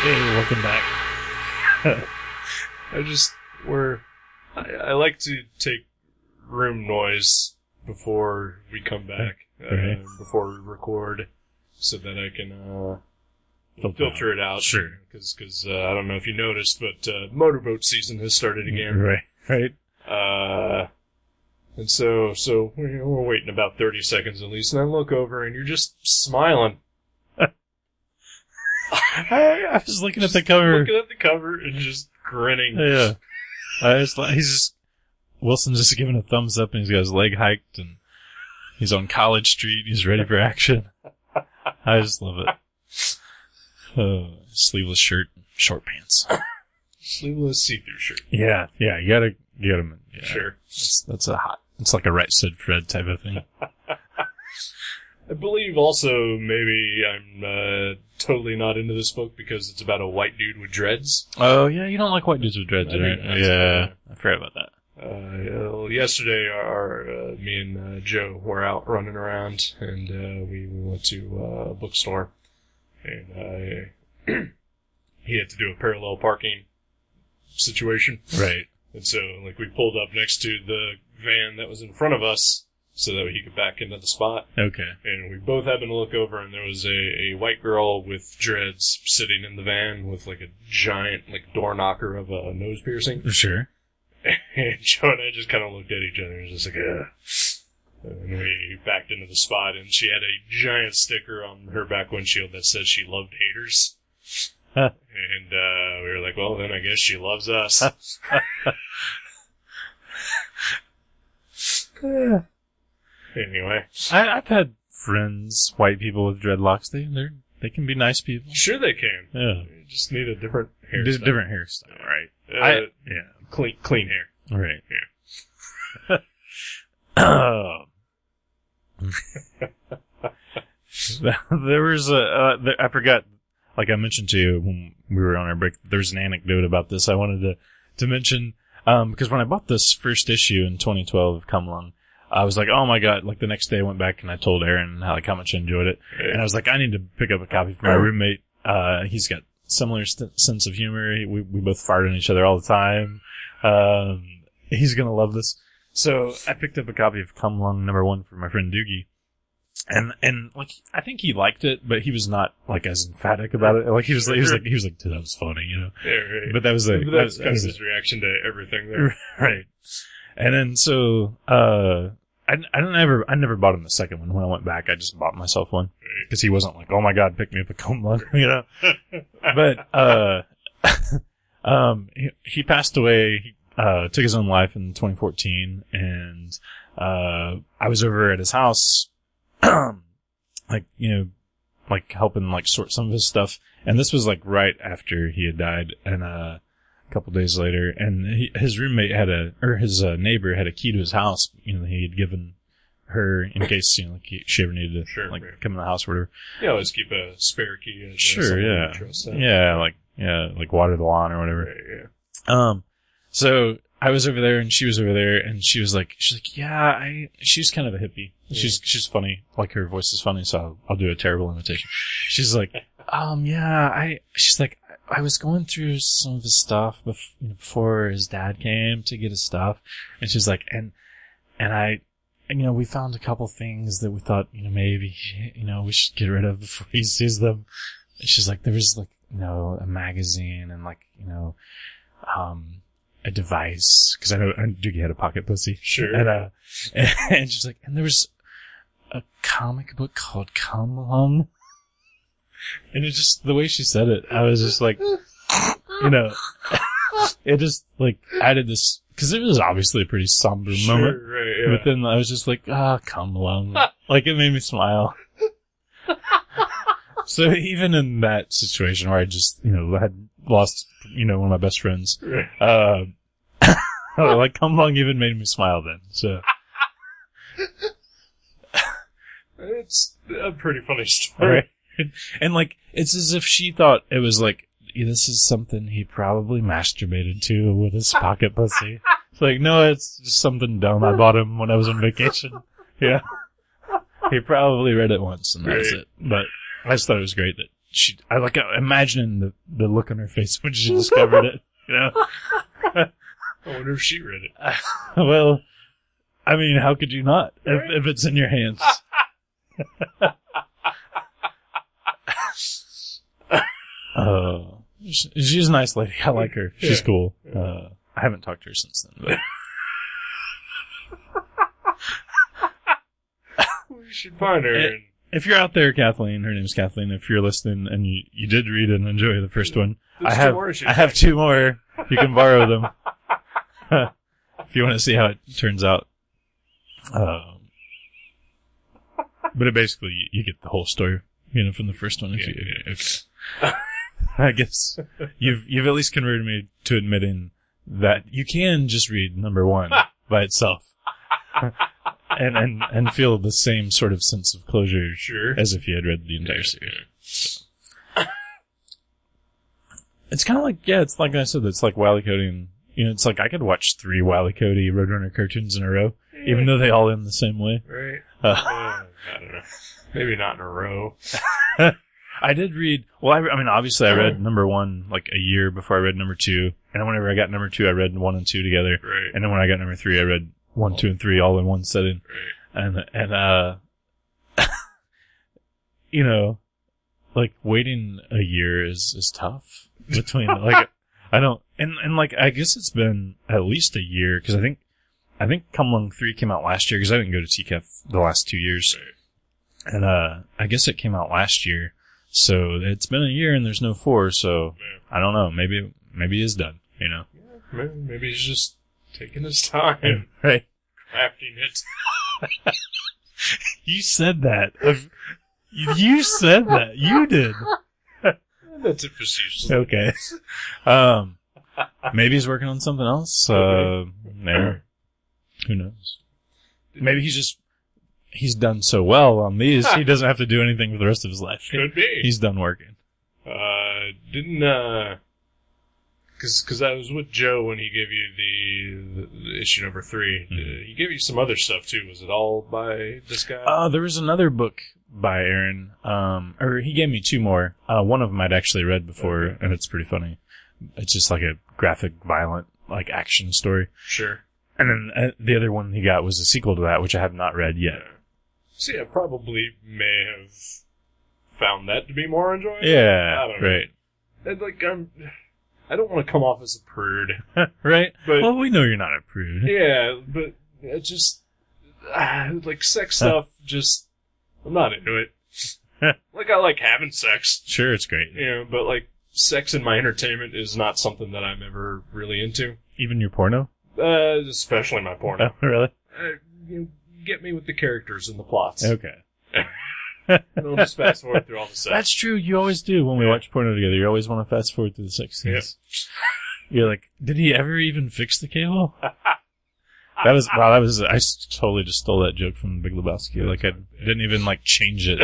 B: Hey, welcome back.
A: I just we're I, I like to take room noise before we come back, uh,
B: Okay.
A: before we record, so that I can uh, filter it out.
B: Sure.
A: Because uh, I don't know if you noticed, but uh, motorboat season has started again.
B: Right, right.
A: Uh, and so, so we're we're waiting about 30 seconds at least, and I look over and you're just smiling.
B: I, I was looking at the cover.
A: Looking at the cover and just grinning.
B: Yeah. I was like, he's just, Wilson's just giving a thumbs up and he's got his leg hiked and he's on College Street. He's ready for action. I just love it. Uh, sleeveless shirt, short pants.
A: Sleeveless see-through shirt.
B: Yeah, yeah, you gotta get him. Yeah.
A: Sure.
B: That's, that's a hot, it's like a right said Fred type of thing.
A: I believe also maybe I'm uh, totally not into this book because it's about a white dude with dreads.
B: Oh, yeah, you don't like white dudes with dreads,
A: I do
B: right?
A: not.
B: Yeah, I forgot about that.
A: Uh, well, yesterday, our uh, me and uh, Joe were out running around, and uh, we, we went to uh, a bookstore, and I he had to do a parallel parking situation,
B: Right.
A: and so like we pulled up next to the van that was in front of us, so that he could back into the spot,
B: Okay.
A: and we both happened to look over, and there was a, a white girl with dreads sitting in the van with like a giant like door knocker of a nose piercing.
B: Sure.
A: And Joe and I just kind of looked at each other and just like, Ugh. And we backed into the spot, and she had a giant sticker on her back windshield that says she loved haters.
B: Huh.
A: And uh, we were like, well, then I guess she loves us. anyway,
B: I, I've had friends, white people with dreadlocks. They they they can be nice people.
A: sure they can.
B: Yeah,
A: You just need a different hair.
B: Di- different hairstyle, right?
A: Uh,
B: I, yeah,
A: clean, clean hair.
B: right. there was a uh, there, I forgot. Like I mentioned to you when we were on our break, there's an anecdote about this I wanted to to mention um, because when I bought this first issue in 2012 of Come Along, I was like, oh my god! Like the next day, I went back and I told Aaron how like how much I enjoyed it. And I was like, I need to pick up a copy for my roommate. Uh, he's got similar st- sense of humor. We, we both fired on each other all the time. Um, he's gonna love this. So I picked up a copy of Come Along Number One for my friend Doogie. And, and like, I think he liked it, but he was not like as emphatic about it. Like he was, he was like, he was like, dude, that was funny, you know?
A: Yeah, right.
B: But that was like,
A: But
B: that
A: that's
B: was, that
A: kind of
B: was it
A: his reaction to everything there.
B: right. And then so uh, I I don't ever I never bought him the second one. When I went back, I just bought myself one because he wasn't like, oh my god, pick me up a comb lung, you know. but uh, um, he, he passed away. He uh, took his own life in 2014, and uh, I was over at his house, like you know, like helping like sort some of his stuff. And this was like right after he had died, and uh couple days later, and he, his roommate had a or his uh, neighbor had a key to his house. You know, he had given her in case you know like he, she ever needed to
A: Sure,
B: like
A: right.
B: come in the house or whatever.
A: You always keep a spare key. uh,
B: Sure,
A: someone you
B: yeah,
A: trust, uh,
B: yeah, like yeah, like water the lawn or whatever.
A: right, yeah.
B: Um, so I was over there and she was over there and she was like, she's like, yeah, I, she's kind of a hippie. She's, she's funny. Like her voice is funny. So I'll, I'll do a terrible imitation. She's like, um, yeah, I, she's like, I was going through some of his stuff bef- you know, before his dad came to get his stuff. And she's like, and, and I, and, you know, we found a couple things that we thought, you know, maybe, you know, we should get rid of before he sees them. And she's like, there was like, you know, a magazine and like, you know, um, a device because I know I Doogie had a pocket pussy.
A: Sure.
B: And uh, and, she's like, and there was a comic book called Come Along, and it just the way she said it, I was just like, you know, it just like added this because it was obviously a pretty somber
A: Sure,
B: moment.
A: right, yeah.
B: But then I was just like, ah, come along. like it made me smile. so even in that situation where I just, you know, had lost, you know, one of my best friends,
A: Right.
B: uh, like come along even made me smile then. So
A: It's a pretty funny story.
B: right. and like it's as if she thought it was like "Yeah, this is something he probably masturbated to with his pocket pussy. It's like no, it's just something dumb I bought him when I was on vacation. Yeah, he probably read it once and that's
A: Right.
B: it. But I just thought it was great that she. I like imagining the the look on her face when she discovered it. You know,
A: I wonder if she read it.
B: well, I mean, how could you not if, if it's in your hands? uh, sh- she's a nice lady. I like her. She's
A: Yeah.
B: cool. Uh, I haven't talked to her since then. But
A: We should find her.
B: It-
A: and,
B: if you're out there, Kathleen, her name's Kathleen. If you're listening and you, you did read and enjoy the first one,
A: There's
B: I
A: two
B: have
A: more issues,
B: I have two more. You can borrow them if you want to see how it turns out. Um, but it basically you, you get the whole story, you know, from the first one. If
A: Yeah,
B: you, if, I guess you've you've at least converted me to admitting that you can just read number one by itself. And, and and feel the same sort of sense of closure
A: Sure.
B: as if you had read the entire series. It's kind of like, yeah, it's like I said, it's like Wile E. Cody and, you know, it's like I could watch three Wile E. Cody Roadrunner cartoons in a row, even though they all end the same way.
A: Right?
B: Uh,
A: Uh, I don't know. Maybe not in a row.
B: I did read, well, I, I mean, obviously I read number one like a year before I read number two. And then whenever I got number two, I read one and two together.
A: Right.
B: And then when I got number three, I read one, two, and three all in one sitting. And, and, uh, you know, like waiting a year is, is tough between like, I don't, and, and like, I guess it's been at least a year because I think, I think Come Along 3 came out last year because I didn't go to TCAF the last two years. And, uh, I guess it came out last year. So it's been a year and there's no four. So I don't know. Maybe, maybe it's done, you know?
A: Maybe, maybe he's just taking his time and
B: Right.
A: crafting it.
B: You said that. Of- You said that. You did.
A: That's a facetious.
B: Okay. Um, maybe he's working on something else. Uh, there. Who knows? Maybe he's just, he's done so well on these, he doesn't have to do anything for the rest of his life.
A: Could be.
B: He's done working.
A: Uh, didn't uh, cause, cause I was with Joe when he gave you the, the issue number 3
B: Hmm.
A: Uh, he gave you some other stuff too. Was it all by this guy?
B: Uh, there was another book by Aaron, um, or he gave me two more. Uh, one of them I'd actually read before, and it's pretty funny. It's just like a graphic, violent, like action story.
A: sure.
B: And then uh, the other one he got was a sequel to that, which I have not read yet.
A: See, I probably may have found that to be more enjoyable. I
B: Yeah,
A: don't know.
B: right,
A: And, like I'm, I don't want to come off as a prude.
B: right.
A: But-
B: well, we know you're not a prude.
A: Yeah, but it just ah, like sex
B: Huh.
A: stuff. Just I'm not into it. like I like having sex,
B: Sure, it's great.
A: you know, but like sex in my entertainment is not something that I'm ever really into.
B: Even your porno.
A: Uh, especially my porno.
B: Oh, really?
A: Uh, you know, get me with the characters and the plots.
B: Okay,
A: And I'll just fast forward through all the sex.
B: that's true. You always do when we
A: Yeah.
B: watch porno together. You always want to fast forward through the sex scenes. You're like, did he ever even fix the cable? that was wow. That was I s- totally just stole that joke from Big Lebowski. Like I didn't even like change it.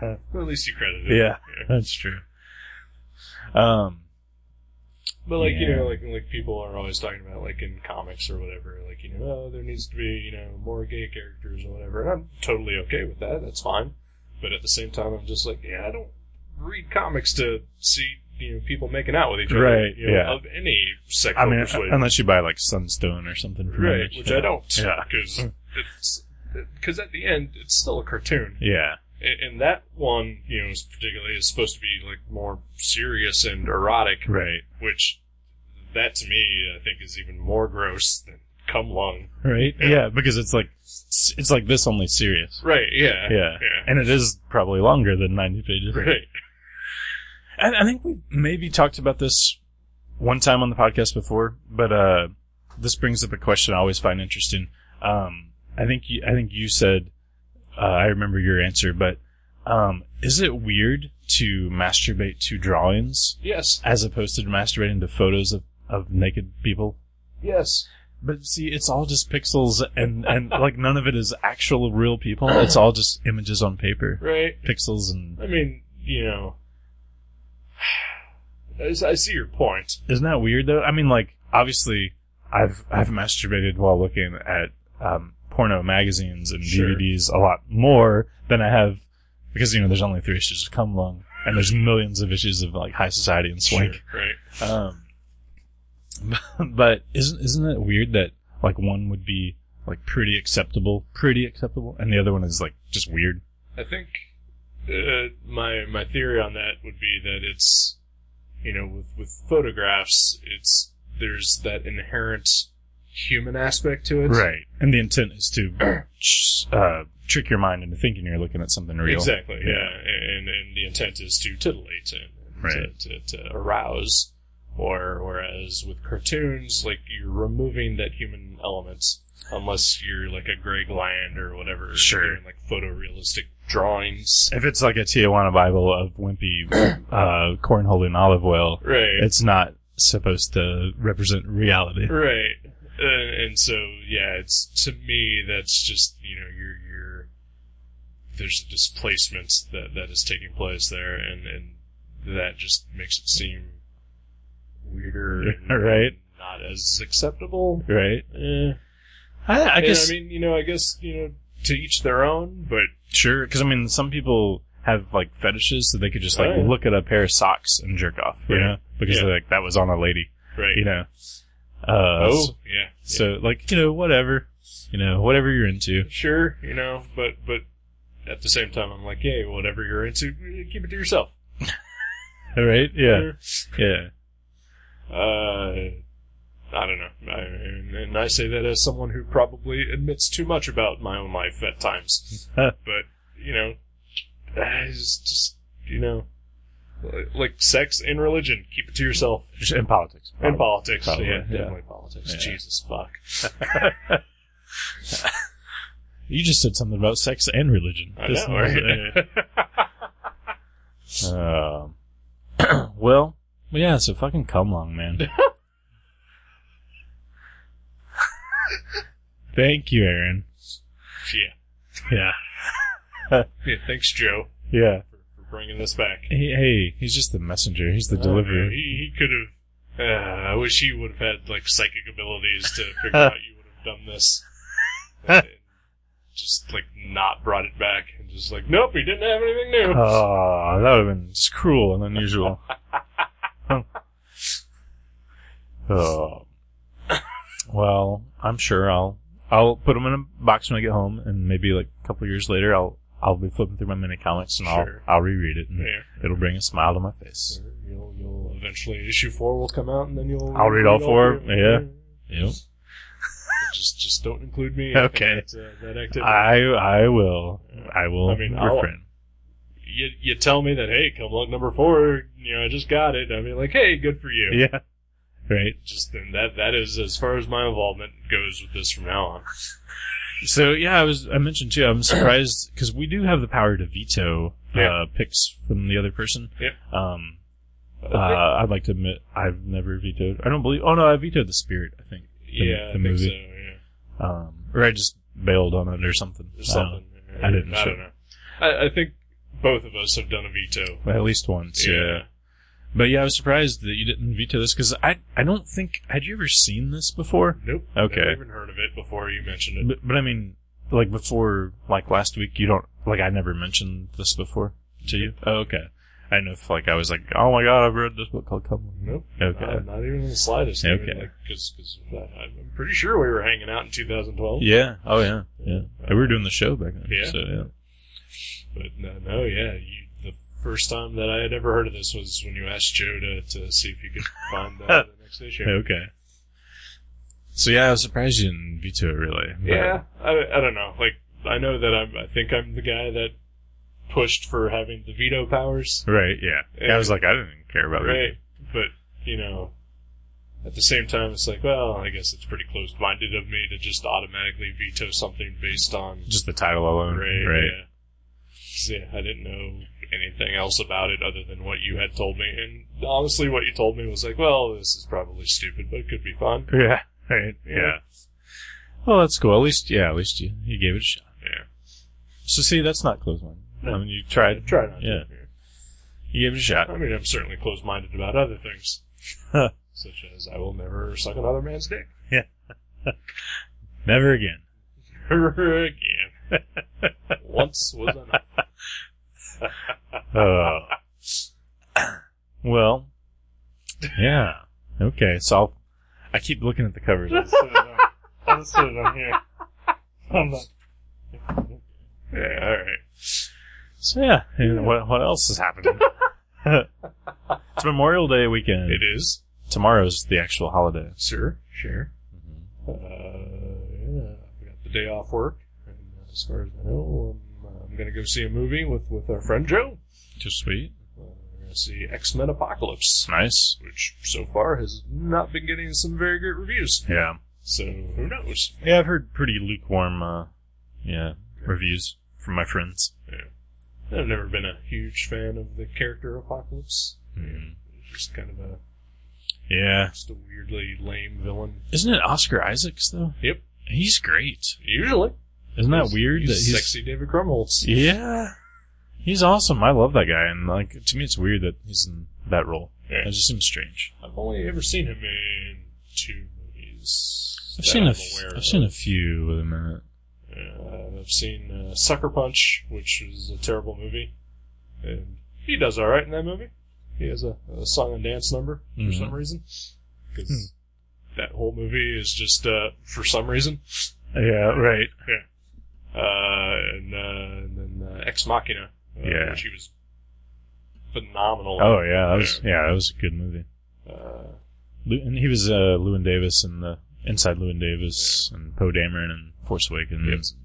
A: Well, at least you credited. it.
B: yeah, that's true. Um.
A: But like you
B: Yeah.
A: know, like like people are always talking about like in comics or whatever, like you know, oh, there needs to be you know more gay characters or whatever. And I'm totally okay with that. That's fine. But at the same time, I'm just like, yeah, I don't read comics to see you know people making out with each other,
B: Right,
A: You know,
B: yeah.
A: Of any sexual
B: I mean, uh,
A: persuasion,
B: unless you buy like Sunstone or something, from
A: right?
B: Image.
A: Which I don't,
B: Yeah. Hmm.
A: because it's because at the end it's still a cartoon,
B: Yeah.
A: and, and that one you know is particularly is supposed to be like more serious and erotic,
B: Right.
A: which that to me I think is even more gross than cum lung.
B: Right. Yeah, because it's like it's like this only serious.
A: Right? Yeah.
B: Yeah.
A: Yeah.
B: And it is probably longer than 90 pages.
A: right.
B: And I think we maybe talked about this one time on the podcast before, but uh this brings up a question I always find interesting. Um I think you, I think you said uh, I remember your answer, but um is it weird to masturbate to drawings
A: Yes.
B: as opposed to masturbating to photos of of naked people?
A: Yes.
B: But see, it's all just pixels and, and like none of it is actual real people. It's all just images on paper.
A: Right.
B: Pixels and
A: I mean, you know, I s- I see your point.
B: isn't that weird though? I mean, like obviously I've, I've masturbated while looking at, um, porno magazines and
A: Sure.
B: DVDs a lot more than I have because, you know, there's only three issues of Come Along and there's millions of issues of like High Society and Swank.
A: Sure, Right.
B: Um, but isn't isn't it weird that like one would be like pretty acceptable, pretty acceptable, and the other one is like just weird.
A: I think uh, my my theory on that would be that it's you know with with photographs it's there's that inherent human aspect to it.
B: Right. And the intent is to uh, trick your mind into thinking you're looking at something real.
A: Exactly. Yeah. And and the intent is to titillate and
B: Right.
A: to, to, to arouse. Or whereas with cartoons, like you're removing that human element, unless you're like a Greg Land or whatever, and
B: Sure.
A: doing, like photorealistic drawings.
B: If it's like a Tijuana Bible of wimpy uh, cornhole and olive oil,
A: Right.
B: it's not supposed to represent reality.
A: Right. And, and so, yeah, it's to me that's just you know you're you're there's a displacement that that is taking place there, and and that just makes it seem weirder, and
B: Right.
A: Not as acceptable.
B: Right.
A: Eh.
B: I, I
A: I
B: guess.
A: guess. I mean, you know, I guess you know to each their own, but
B: Sure, because I mean, some people have like fetishes, so they could just like
A: Oh, yeah.
B: look at a pair of socks and jerk off, you
A: Right.
B: know, because
A: Yeah.
B: they're like that was on a lady,
A: right.
B: you know. Uh,
A: oh,
B: so,
A: yeah.
B: so, like you know, whatever, you know, whatever you're into.
A: Sure, you know, but but at the same time, I'm like, hey, whatever you're into, keep it to yourself.
B: All right, yeah, yeah,
A: Uh, I don't know. I, and, and I say that as someone who probably admits too much about my own life at times.
B: Uh,
A: but, you know, it's just, you know, li- like sex and religion, keep it to yourself.
B: Just in politics,
A: And politics.
B: Probably,
A: yeah,
B: yeah.
A: definitely politics.
B: Yeah.
A: Jesus fuck.
B: You just said something about sex and religion.
A: I
B: This
A: know,
B: is-
A: right?
B: Um, well, well, yeah, so fucking come long, man. Thank you, Aaron.
A: yeah.
B: Yeah,
A: yeah. Thanks, Joe,
B: yeah.
A: for, for bringing this back.
B: He, hey, he's just the messenger. He's
A: Oh,
B: the deliverer.
A: He, he could have. Uh, I wish he would have had like psychic abilities to figure out you would have done this, and just like not brought it back, and just like nope, he didn't have anything new.
B: oh, that would have been just cruel and unusual. oh. Well, I'm sure I'll I'll put them in a box when I get home, and maybe like a couple years later, I'll I'll be flipping through my mini comics and
A: Sure.
B: I'll I'll reread it, and
A: Yeah.
B: it'll bring a smile to my face.
A: You'll, you'll eventually issue four will come out, and then you'll.
B: I'll read all four,
A: three.
B: yeah. Yep.
A: Just just don't include me.
B: Okay.
A: That, uh, that activity.
B: I I will I will
A: I mean, I'll-
B: refrain.
A: you you tell me that hey, come look number four. You know, I just got it. I mean, like hey, good for you.
B: yeah. Right.
A: Just and that that is as far as my involvement goes with this from now on.
B: So yeah, I was I mentioned too. I'm surprised because we do have the power to veto uh,
A: Yeah.
B: picks from the other person.
A: Yep.
B: Um, uh, I'd like to admit I've never vetoed. I don't believe. Oh no, I vetoed the spirit. I think. the-
A: yeah,
B: the
A: I think
B: movie.
A: so. Yeah,
B: Um, or I just bailed on it or something.
A: There's something.
B: Oh, I didn't
A: I
B: show-
A: don't know. I, I think both of us have done a veto.
B: Uh, at least once. Yeah. But yeah, I was surprised that you didn't veto this because I I don't think had you ever seen this before.
A: Nope.
B: Okay.
A: Never even heard of it before you mentioned it.
B: But, but I mean, like before, like last week, you don't like I never mentioned this before to you. Oh, okay. I don't know if like I was like, oh my god, I've read this book called Come. Along."
A: Nope.
B: Okay.
A: Not, not even in the slightest.
B: Okay.
A: Because I'm pretty sure we were hanging out in 2012.
B: Yeah. Oh yeah. Yeah. we were doing the show back then.
A: Yeah.
B: So yeah.
A: But no, no, yeah. You, the first time that I had ever heard of this was when you asked Joe to, to see if you could find uh, the next issue.
B: Okay. So yeah, I was surprised you didn't veto it really. but-
A: Yeah, I, I don't know. Like, I know that I'm. I think I'm the guy that pushed for having the veto powers.
B: Right. Yeah. I was like, I didn't even care about
A: Right.
B: it.
A: But, you know, at the same time, it's like, well, I guess it's pretty closed minded of me to just automatically veto something based on
B: Just the title alone.
A: Ray.
B: Right.
A: Yeah. 'Cause, yeah, I didn't know anything else about it other than what you had told me. And honestly, what you told me was like, well, this is probably stupid, but it could be fun.
B: Yeah. Right. Yeah. Well, that's cool. At least, yeah, at least you, you gave it a shot.
A: Yeah.
B: So see, that's not closed minded. I mean, you tried.
A: Try not
B: Yeah.
A: to.
B: You gave it a shot.
A: I mean, I'm certainly closed minded about other things. Such as, I will never suck another man's dick.
B: Never again.
A: Again. Once was enough.
B: Oh. well. Yeah. Okay. So I'll, I keep looking at the covers.
A: I'll just sit it on- I'll just sit it on here. I'm not. Yeah, alright.
B: So yeah, and what what else is happening? it's Memorial Day weekend.
A: It is.
B: Tomorrow's the actual holiday.
A: Sure, sure. Uh,
B: Mm-hmm.
A: yeah, I got the day off work, and uh, as far as I know, I'm, uh, I'm gonna go see a movie with, with our friend Joe.
B: Too sweet.
A: Uh, we're gonna see X Men Apocalypse,
B: Nice.
A: which so far has not been getting some very great reviews.
B: Yeah.
A: So who knows?
B: Yeah, I've heard pretty lukewarm, uh, yeah, reviews from my friends.
A: I've never been a huge fan of the character Apocalypse.
B: Mm.
A: Just kind of a
B: Yeah.
A: just a weirdly lame villain.
B: Isn't it Oscar Isaacs though?
A: Yep,
B: He's great.
A: usually.
B: Isn't that
A: He's-
B: weird
A: He's
B: that he's
A: sexy David Crumholtz.
B: Yeah. He's awesome. I love that guy, and like to me, it's weird that he's in that role.
A: Yeah.
B: It just seems strange.
A: I've only ever seen him in two movies.
B: I've
A: that
B: seen
A: I'm
B: a, f-
A: aware
B: I've
A: of.
B: seen a few with him in it.
A: Uh, I've seen uh, Sucker Punch, which is a terrible movie, and he does all right in that movie. He has a, a song and dance number for
B: Mhm.
A: some reason,
B: Hmm.
A: because that whole movie is just uh, for some reason.
B: Yeah, right.
A: Uh, and, uh, and then uh, Ex Machina, uh,
B: Yeah.
A: which he was phenomenal. in.
B: Oh yeah, that was yeah, that was a good movie.
A: Uh,
B: Lew- and he was uh, Lewin Davis in the Inside Lewin Davis and Poe Dameron and Force Awakens.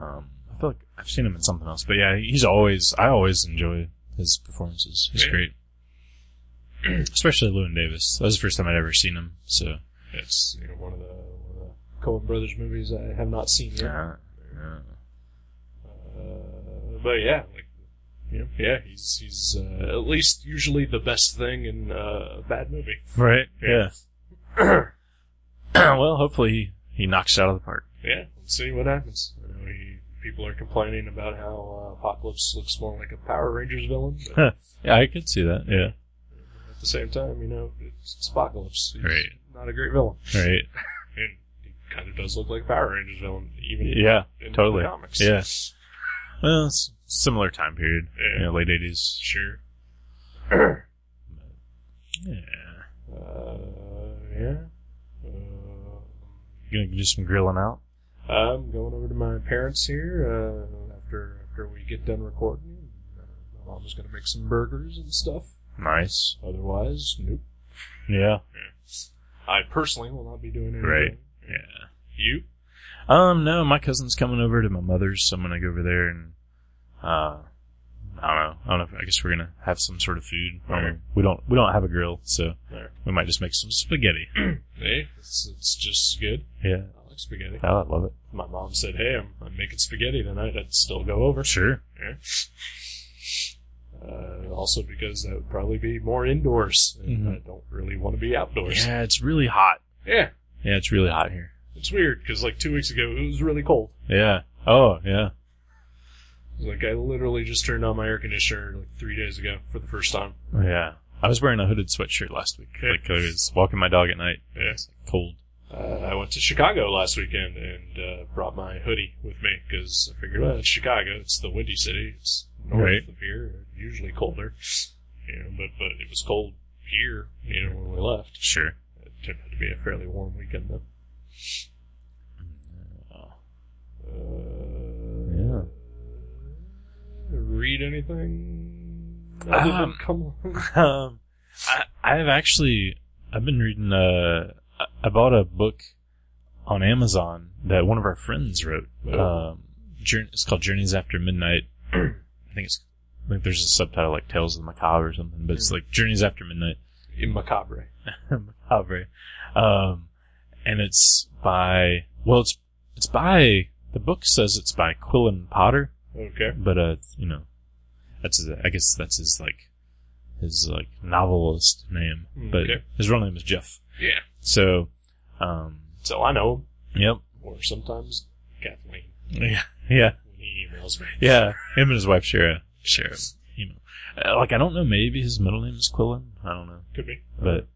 B: Um, I feel like I've seen him in something else, but yeah, he's always I always enjoy his performances. He's
A: Yeah.
B: great, especially Lewin Davis. That was the first time I'd ever seen him. So
A: it's you know one of the, one of the Coen Brothers movies I have not seen yet.
B: yeah, yeah.
A: Uh, but yeah, like, you know, yeah, he's he's uh, at least usually the best thing in uh, a bad movie.
B: right, yeah.
A: Yeah.
B: well, hopefully he, he knocks it out of the park.
A: Yeah, let's see what happens. I know he, people are complaining about how uh, Apocalypse looks more like a Power Rangers villain, but
B: yeah, I could see that. Yeah,
A: at the same time, you know, it's, it's Apocalypse. He's
B: Right.
A: Not a great villain,
B: right.
A: and he kind of does look like a Power Rangers villain, even
B: Yeah,
A: in
B: totally.
A: the comics.
B: Yeah. Well, it's similar time period.
A: Yeah.
B: You know, late eighties.
A: sure.
B: Yeah.
A: Uh, yeah. Uh,
B: You gonna do some grilling out?
A: I'm going over to my parents here uh, after after we get done recording. Uh, my mom's gonna make some burgers and stuff.
B: Nice.
A: Otherwise, nope.
B: Yeah.
A: I personally will not be doing anything.
B: Right. Yeah.
A: You?
B: Um, no, my cousin's coming over to my mother's, so I'm gonna go over there and, uh, I don't know. I don't know. If, I guess we're gonna have some sort of food. I don't know.
A: Alright.
B: We don't. We don't have a grill, so
A: Alright.
B: we might just make some spaghetti.
A: Hey, it's, it's just as good.
B: yeah.
A: I like spaghetti.
B: I love it.
A: My mom said, "Hey, I'm, I'm making spaghetti tonight. I'd still go over."
B: Sure.
A: Yeah. Uh, also, because that would probably be more indoors, and
B: Mhm.
A: I don't really want to be outdoors.
B: Yeah, it's really hot.
A: yeah.
B: Yeah, it's really hot here.
A: It's weird because like two weeks ago it was really cold.
B: Yeah. Oh, yeah.
A: Like I literally just turned on my air conditioner like three days ago for the first time.
B: Yeah. I was wearing a hooded sweatshirt last week.
A: Yeah.
B: Like I was walking my dog at night.
A: Yeah.
B: It's like cold.
A: Uh, I went to Chicago last weekend and uh, brought my hoodie with me because I figured, well, it's Chicago. It's the windy city. It's north
B: Right.
A: of here. Usually colder. You know, but but it was cold here. You know, when we left.
B: Sure.
A: It turned out to be a fairly warm weekend though. Uh,
B: Yeah.
A: Read anything? other than
B: Um,
A: come on.
B: Um, I, I've actually I've been reading. Uh, I- I bought a book on Amazon that one of our friends wrote.
A: Oh.
B: Um, Jour- it's called Journeys After Midnight. I think it's. I think there's a subtitle like Tales of the Macabre or something, but it's like Journeys After Midnight.
A: in macabre.
B: Macabre. Um, and it's by well, it's it's by the book says it's by Quillen Potter,
A: Okay.
B: but uh, you know, that's his, I guess that's his like his like novelist name, but
A: Okay.
B: his real name is Jeff.
A: Yeah.
B: So, um,
A: So I know,
B: yep,
A: or sometimes Kathleen
B: yeah, yeah,
A: when he emails me.
B: yeah. Him and his wife share a share a email. Uh, like I don't know, maybe his middle name is Quillen. I don't know,
A: Could be.
B: but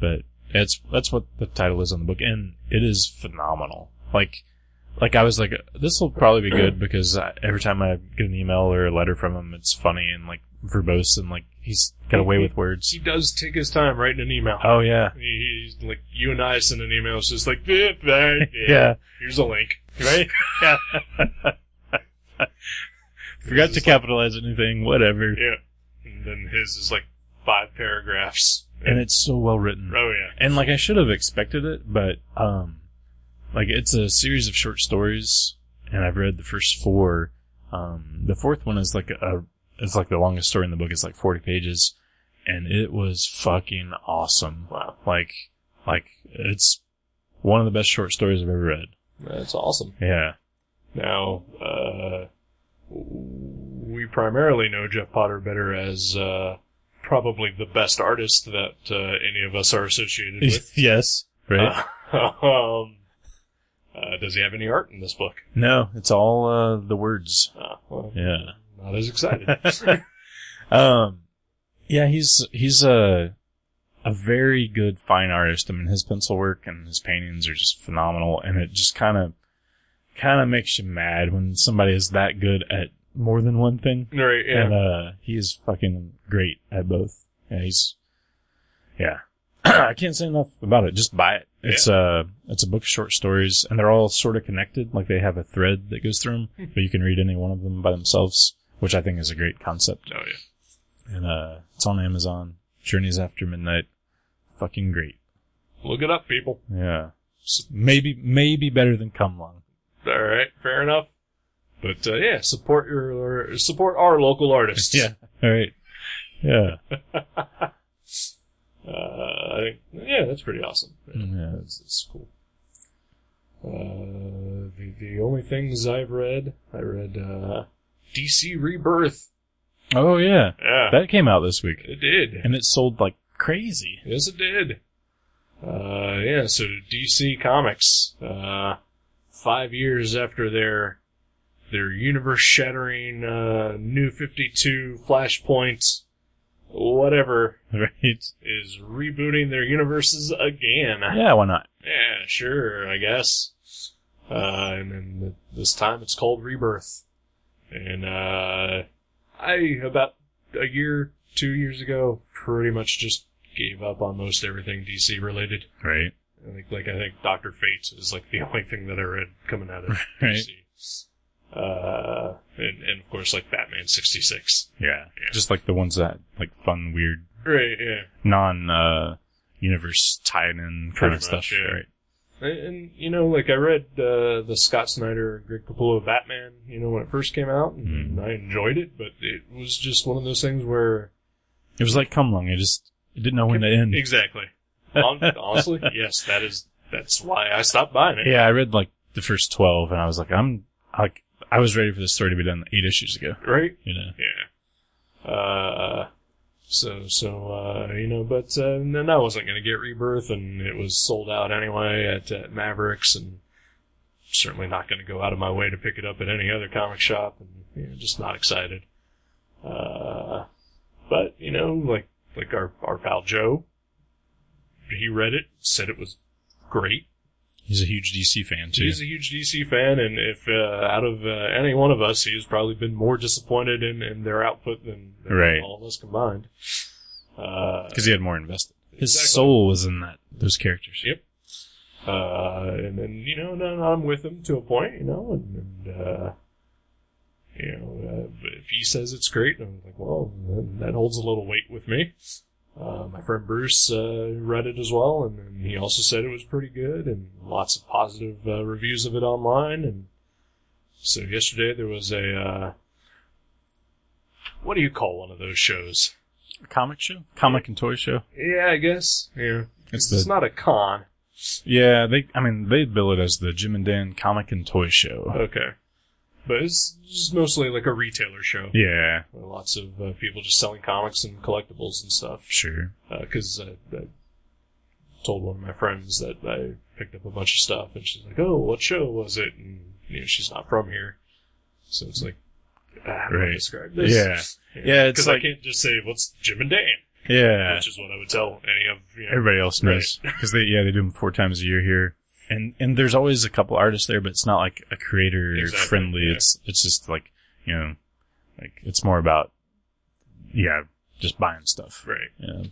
B: but that's that's what the title is on the book, and it is phenomenal. Like. Like I was like, this will probably be good because I, every time I get an email or a letter from him, it's funny and like verbose and like he's got away with words.
A: He does take his time writing an email.
B: Oh yeah,
A: He, he's like you and I send an email. It's just like "Eh, eh, eh,
B: Yeah.
A: Here's a link.
B: right. Yeah. Forgot to
A: It's
B: capitalize anything. Whatever.
A: Yeah. And then his is like five paragraphs.
B: And it's so well written.
A: oh yeah.
B: And like I should have expected it, but um, like it's a series of short stories, and I've read the first four. Um, the fourth one is like a it's like the longest story in the book. It's like forty pages, and it was fucking awesome. Wow! Like like it's one of the best short stories I've ever read.
A: That's awesome.
B: Yeah.
A: Now, uh, we primarily know Jeff Potter better as uh, probably the best artist that uh, any of us are associated with.
B: yes. Right.
A: Uh, um, uh, does he have any art in this book?
B: no, it's all uh, the words.
A: Uh, well,
B: Yeah.
A: Not as excited.
B: um, yeah, he's he's a a very good fine artist. I mean, his pencil work and his paintings are just phenomenal, and it just kind of kind of makes you mad when somebody is that good at more than one thing.
A: right? Yeah.
B: And uh, he is fucking great at both. Yeah, he's yeah. I can't say enough about it. Just buy it. It's uh it's a book of short stories, and they're all sort of connected. Like they have a thread that goes through them, but you can read any one of them by themselves, which I think is a great concept
A: oh yeah.
B: and uh, it's on Amazon. Journeys After Midnight, fucking great.
A: Look it up, people.
B: Yeah, S- maybe maybe better than Come Long.
A: All right, fair enough. But uh, yeah, support your support our local artists.
B: all right. Yeah,
A: Uh, I think yeah, that's pretty awesome.
B: Yeah.
A: That's, that's cool. Uh, the the only things I've read, I read uh, DC Rebirth.
B: Oh yeah,
A: Yeah,
B: that came out this week,
A: it did.
B: and it sold like crazy.
A: Yes, it did. Uh, yeah, so DC Comics, uh, five years after their their universe-shattering uh, New Fifty Two Flashpoint, whatever,
B: Right?
A: is rebooting their universes again.
B: Yeah, why not?
A: Yeah, sure, I guess. Uh, and then th- this time it's called Rebirth. And, uh, I, about a year, two years ago, pretty much just gave up on most everything DC related.
B: Right.
A: I think, like, I think Dr. Fate is, like, the only thing that I read coming out of
B: Right.
A: DC. Uh, and, and of course, like, Batman 66.
B: Yeah. Just like the ones that like fun, weird,
A: Right, yeah.
B: non uh universe tied in kind
A: Pretty
B: of stuff.
A: much, yeah.
B: Right.
A: And, and, you know, like I read uh, the Scott Snyder, Greg Capullo Batman, you know, when it first came out,
B: Mm-hmm.
A: and I enjoyed it, but it was just one of those things where
B: It was like Come Long. I just I didn't know when to end.
A: exactly, Hon- honestly, yes, that is that's why I stopped buying it.
B: Yeah, I read like the first twelve, and I was like, I'm like, I was ready for this story to be done eight issues ago.
A: Right?
B: You know,
A: Yeah. Uh, so so uh, you know, but uh, and then I wasn't gonna get Rebirth, and it was sold out anyway at, at Mavericks, and certainly not gonna go out of my way to pick it up at any other comic shop, and you know, just not excited. Uh, but you know, like like our our pal Joe, he read it, said it was great.
B: he's a huge DC fan too.
A: He's a huge DC fan, and if uh, out of uh, any one of us, he's probably been more disappointed in, in their output than, than
B: Right.
A: all of us combined. Uh,
B: Because he had more invested. His
A: Exactly.
B: soul was in that those characters.
A: Yep. uh, and then you know, and I'm with him to a point, you know, and, and uh, you know, uh, but if he says it's great, I'm like, well, then that holds a little weight with me. Uh, my friend Bruce uh, read it as well, and, and he also said it was pretty good, and lots of positive uh, reviews of it online. And so yesterday there was a uh, what do you call one of those shows?
B: Comic show, comic and toy show.
A: Yeah, I guess. Yeah,
B: It's
A: it's,
B: the-
A: it's not a con.
B: Yeah, they. I mean, they bill it as the Jim and Dan Comic and Toy Show.
A: Okay. But it's just mostly like a retailer show.
B: yeah,
A: Where Lots of uh, people just selling comics and collectibles and stuff.
B: sure.
A: Because I, I told one of my friends that I picked up a bunch of stuff, and she's like, "Oh, what show was it?" And you know, she's not from here, so it's like, ah, how do I
B: Right.
A: describe this?
B: Yeah. Yeah, it's
A: Because
B: like-
A: I can't just say what's Jim and Dan,
B: Yeah,
A: which is what I would tell any of you know,
B: everybody else knows because they yeah they do them four times a year here. And and there's always a couple artists there, but it's not like a creator
A: Exactly,
B: friendly.
A: yeah.
B: It's it's just like you know, like it's more about yeah, just buying stuff.
A: Right.
B: Yeah.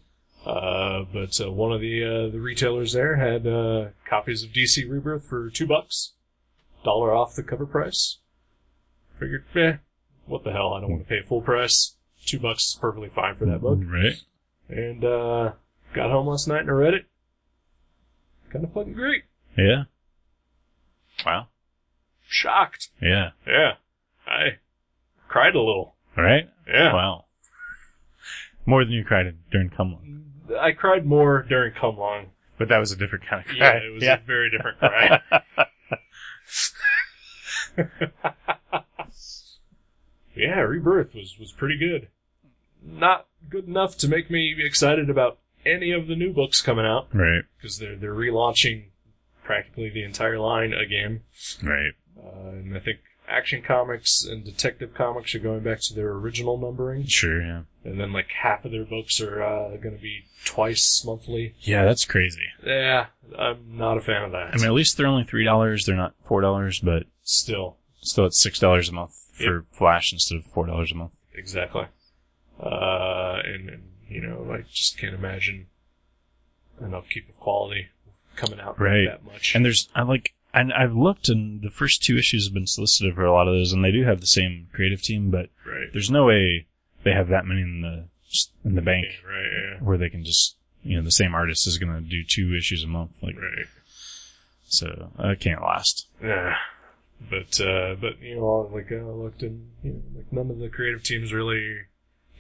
A: Uh, but uh, one of the uh, the retailers there had uh, copies of DC Rebirth for two bucks, dollar off the cover price. Figured, eh, what the hell? I don't want to pay full price. Two bucks is perfectly fine for that book.
B: Right.
A: And uh, got home last night and I read it. Kind of fucking great.
B: Yeah. Wow.
A: Shocked.
B: Yeah.
A: Yeah, I cried a little.
B: Right.
A: Yeah,
B: Wow. More than you cried during Cumlin.
A: I cried more during Come Long.
B: But that was a different kind of cry.
A: Yeah, it was a very different cry. yeah, Rebirth was was pretty good. Not good enough to make me excited about any of the new books coming out
B: Right.
A: because they're they're relaunching practically the entire line again.
B: Right.
A: Uh, and I think Action Comics and Detective Comics are going back to their original numbering,
B: Sure. Yeah.
A: and then like half of their books are uh, going to be twice monthly.
B: Yeah, that's crazy.
A: Yeah, I'm not a fan of that.
B: I mean, at least they're only three dollars. They're not four dollars, but
A: still.
B: still it's six dollars a month for Flash instead of four dollars a month.
A: Exactly. Uh, and, and, you know, I just can't imagine an upkeep of quality coming out
B: Right.
A: that much.
B: And there's I like and I've looked and the first two issues have been solicited for a lot of those, and they do have the same creative team, but
A: right.
B: there's no way they have that many in the in the bank
A: Yeah, right,
B: where they can just you know the same artist is going to do two issues a month like
A: yeah. Right.
B: so uh, it can't last.
A: Yeah. But, uh, but, you know, like, I looked and, you know, like, none of the creative teams really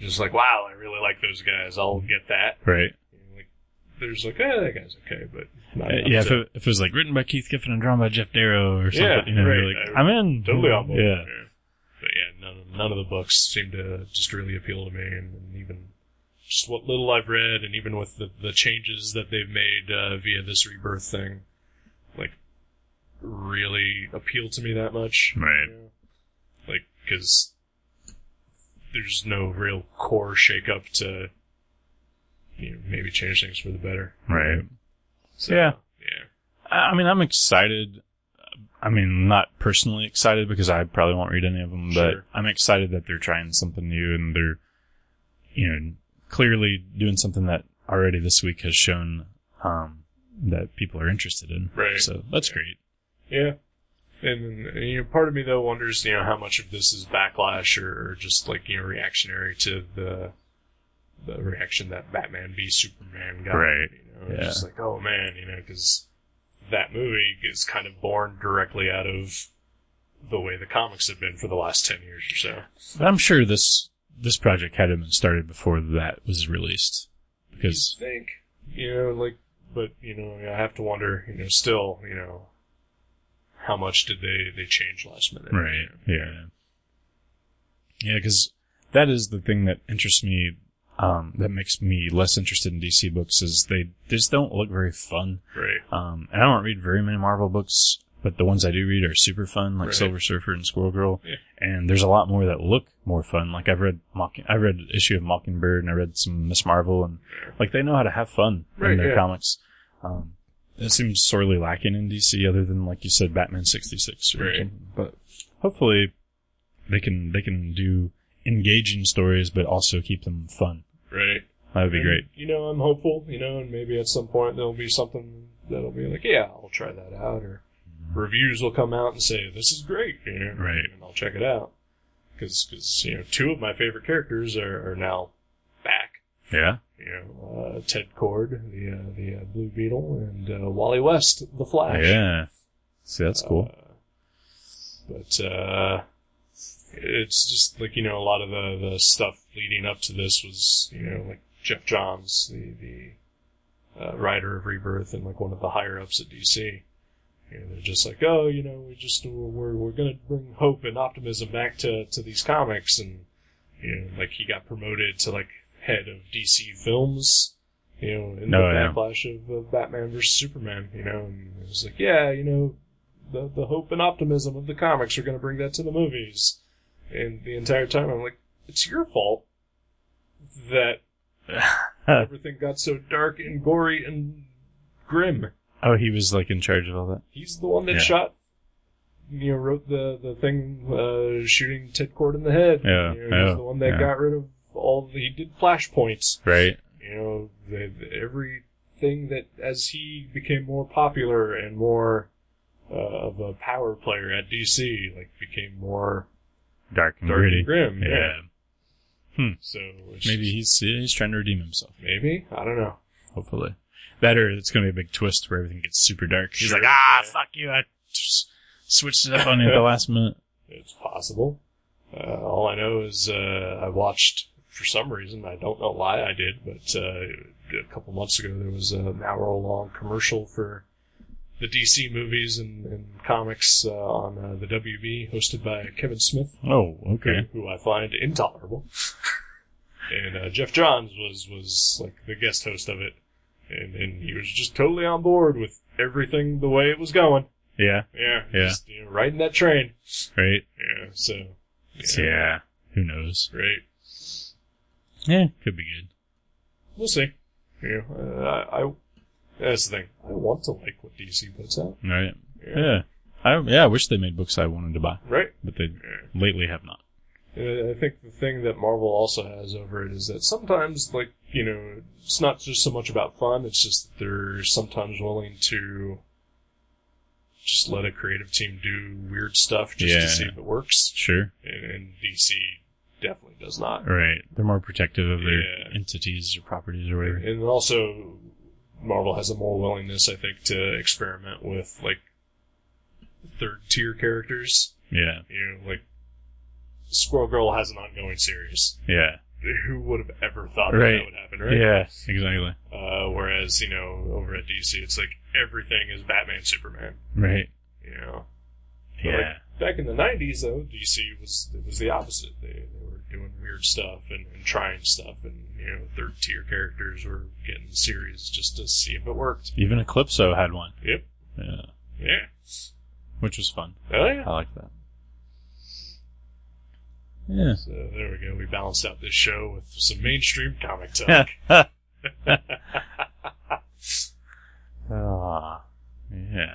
A: just like, wow, I really like those guys. I'll get that.
B: Right. Uh,
A: You know, like, there's like, eh, that guy's okay, but not enough
B: yeah, if
A: to-
B: it, if it was like written by Keith Giffen and drawn by Jeff Darrow or something,
A: Yeah,
B: you know, you're
A: right.
B: like,
A: I
B: I'm in.
A: totally on board.
B: Yeah.
A: But yeah, none of, none of the books seem to just really appeal to me, and, and even just what little I've read, and even with the, the changes that they've made uh, via this rebirth thing, like really appeal to me that much.
B: Right.
A: you know? Like because there's no real core shakeup to you know, maybe change things for the better.
B: Right.
A: So,
B: Yeah.
A: Yeah.
B: I I mean, I'm excited. I mean, not personally excited because I probably won't read any of them,
A: Sure.
B: but I'm excited that they're trying something new and they're, you know, clearly doing something that already this week has shown, um, that people are interested in.
A: Right.
B: So that's great.
A: Yeah. And, and, you know, part of me though wonders, you know, how much of this is backlash or, or just like you know reactionary to the the reaction that Batman v Superman got.
B: Right.
A: You know, it's
B: Yeah.
A: just like, oh man, you know, because that movie is kind of born directly out of the way the comics have been for the last ten years or so.
B: But I'm sure this, this project had been started before that was released because,
A: you think you know like but you know i have to wonder you know still you know how much did they they change last minute
B: Right. Yeah. Yeah, because that is the thing that interests me. Um, that makes me less interested in DC books is they just don't look very fun.
A: right
B: Um, and I don't read very many Marvel books, but the ones I do read are super fun, like
A: Right.
B: Silver Surfer and Squirrel Girl.
A: Yeah.
B: And there's a lot more that look more fun. Like I've read Mocking, I read an issue of Mockingbird and I read some Miss Marvel and like they know how to have fun
A: Right,
B: in their
A: yeah.
B: comics. Um, it seems sorely lacking in DC other than like you said, Batman 66 or
A: Right.
B: something. But hopefully they can, they can do engaging stories, but also keep them fun.
A: right
B: That would be great.
A: You know, I'm hopeful, you know, and maybe at some point there'll be something that'll be like, yeah, I'll try that out, or reviews will come out and say, this is great, you know,
B: Mm-hmm. Right.
A: and I'll check it out. Because, you know, two of my favorite characters are, are now back.
B: Yeah.
A: You know, uh, Ted Cord, the uh, the uh, Blue Beetle, and uh, Wally West, the Flash.
B: Yeah. See, that's cool.
A: But uh, it's just like you know a lot of the, the stuff leading up to this was you know like Jeff Johns, the the uh, writer of Rebirth and like one of the higher ups at DC. You know, they're just like, oh, you know, we just we're we're gonna bring hope and optimism back to to these comics, and you know, like he got promoted to like head of DC Films. You know, in
B: Oh,
A: the
B: yeah.
A: backlash of, of Batman versus Superman, you know, and it was like, yeah, you know, the, the hope and optimism of the comics are going to bring that to the movies. And the entire time I'm like, it's your fault that everything got so dark and gory and grim.
B: Oh, he was like in charge of all that.
A: He's the one that
B: Yeah.
A: shot, you know, wrote the, the thing, uh, shooting Ted Cord in the head.
B: Yeah,
A: You know, he's
B: yeah,
A: the one that
B: yeah.
A: got rid of all he did Flashpoints.
B: right?
A: You know, the, the- everything that as he became more popular and more uh, of a power player at DC, like became more
B: Dark and
A: dark
B: gritty.
A: and grim. Yeah.
B: Hmm.
A: So it's
B: Maybe
A: just-
B: he's he's trying to redeem himself.
A: maybe I don't know.
B: Hopefully, that or it's gonna be a big twist where everything gets super dark. He's
A: Sure,
B: like, ah,
A: yeah.
B: fuck you! I s- switched it up on you at the last minute.
A: It's possible. Uh, all I know is uh, I watched, for some reason, I don't know why I did, but uh, a couple months ago there was an hour long commercial for the DC movies and, and comics uh, on uh, the WB, hosted by Kevin Smith,
B: Oh, okay.
A: who I find intolerable. and uh, Jeff Johns was, was like the guest host of it. And, and he was just totally on board with everything the way it was going.
B: Yeah,
A: Yeah,
B: Yeah.
A: just you know, riding that train.
B: right.
A: Yeah, so
B: Yeah. Who knows?
A: right.
B: Yeah, could be good.
A: We'll see. Yeah, uh, I, I. That's the thing. I want to like what DC puts out.
B: Right.
A: Yeah.
B: Yeah. I yeah. I wish they made books I wanted to buy,
A: Right.
B: but they lately have not.
A: Uh, I think the thing that Marvel also has over it is that sometimes, like you know, it's not just so much about fun. It's just that they're sometimes willing to just let a creative team do weird stuff just
B: Yeah.
A: to see if it works.
B: Sure.
A: And, and DC definitely does not.
B: Right. They're more protective of their
A: Yeah.
B: entities or properties or whatever.
A: And also, Marvel has a more willingness, I think, to experiment with like third tier characters.
B: Yeah.
A: You know, like Squirrel Girl has an ongoing series.
B: Yeah.
A: Who would have ever thought
B: Right.
A: that would happen, right?
B: Yeah. Exactly.
A: Uh, whereas, you know, over at DC, it's like everything is Batman, Superman.
B: Right.
A: You know, But, like,
B: Yeah.
A: back in the '90s, though, DC was it was the opposite. They they were doing weird stuff and, and trying stuff, and you know, third tier characters were getting series just to see if it worked.
B: Even Eclipso had one.
A: Yep.
B: Yeah.
A: Yeah.
B: Which was fun.
A: Oh yeah.
B: I like that. Yeah.
A: So there we go. We balanced out this show with some mainstream comic talk.
B: ah, Ah, yeah.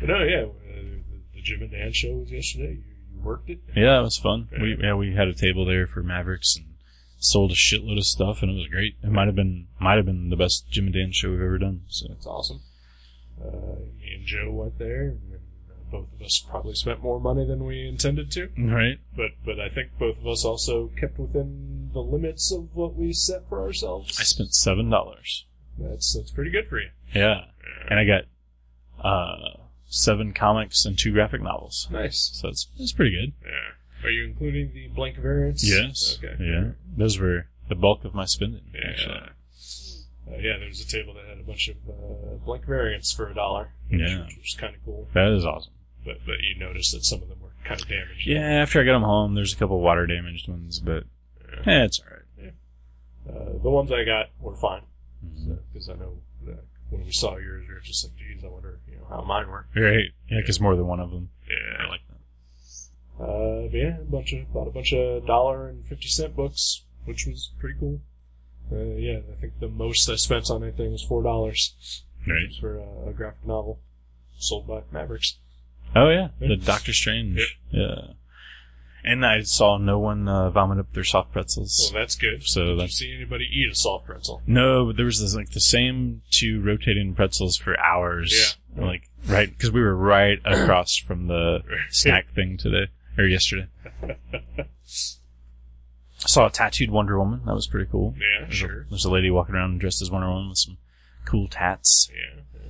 A: But no, yeah. Uh, the, the Jim and Dan show was yesterday. You, you worked it.
B: Yeah, it was fun. We yeah, we had a table there for Mavericks and sold a shitload of stuff and it was great. It might have been might have been the best Jim and Dan show we've ever done. So
A: That's awesome. Uh, me and Joe went there, and uh, both of us probably spent more money than we intended to.
B: Right.
A: But but I think both of us also kept within the limits of what we set for ourselves.
B: I spent seven dollars.
A: That's that's pretty good for you.
B: Yeah. And I got uh seven comics and two graphic novels.
A: Nice.
B: So it's it's pretty good.
A: Yeah. Are you including the blank variants? Okay.
B: Yeah. Those were the bulk of my spending,
A: Yeah.
B: actually.
A: Uh, yeah, there was a table that had a bunch of uh, blank variants for a dollar, which,
B: Yeah.
A: which was kind of cool.
B: That is awesome.
A: But but you noticed that some of them were kind of damaged.
B: Yeah, after I got them home, there's a couple water damaged ones, but eh, it's alright.
A: Uh, the ones I got were fine
B: Mm-hmm.
A: because I know that when we saw yours, we were just like, "Geez, I wonder, you know, how mine were."
B: Right. Yeah, because more than one of them.
A: Yeah.
B: I like that.
A: Uh, but yeah, a bunch of bought a bunch of dollar and fifty cent books, which was pretty cool. Uh, yeah, I think the most I spent on anything was four dollars
B: Right.
A: for a, a graphic novel sold by Mavericks.
B: Oh yeah, the
A: Yeah.
B: Doctor Strange. Yeah. And I saw no one uh, vomit up their soft pretzels.
A: Well, that's good.
B: So
A: Did
B: that's-
A: you see anybody eat a soft pretzel?
B: No, but there was this, like the same two rotating pretzels for hours.
A: Yeah.
B: Like right because we were right across from the snack thing today or yesterday. I saw a tattooed Wonder Woman. That was pretty cool.
A: Yeah,
B: There's a- There's a lady walking around dressed as Wonder Woman with some cool tats.
A: Yeah, there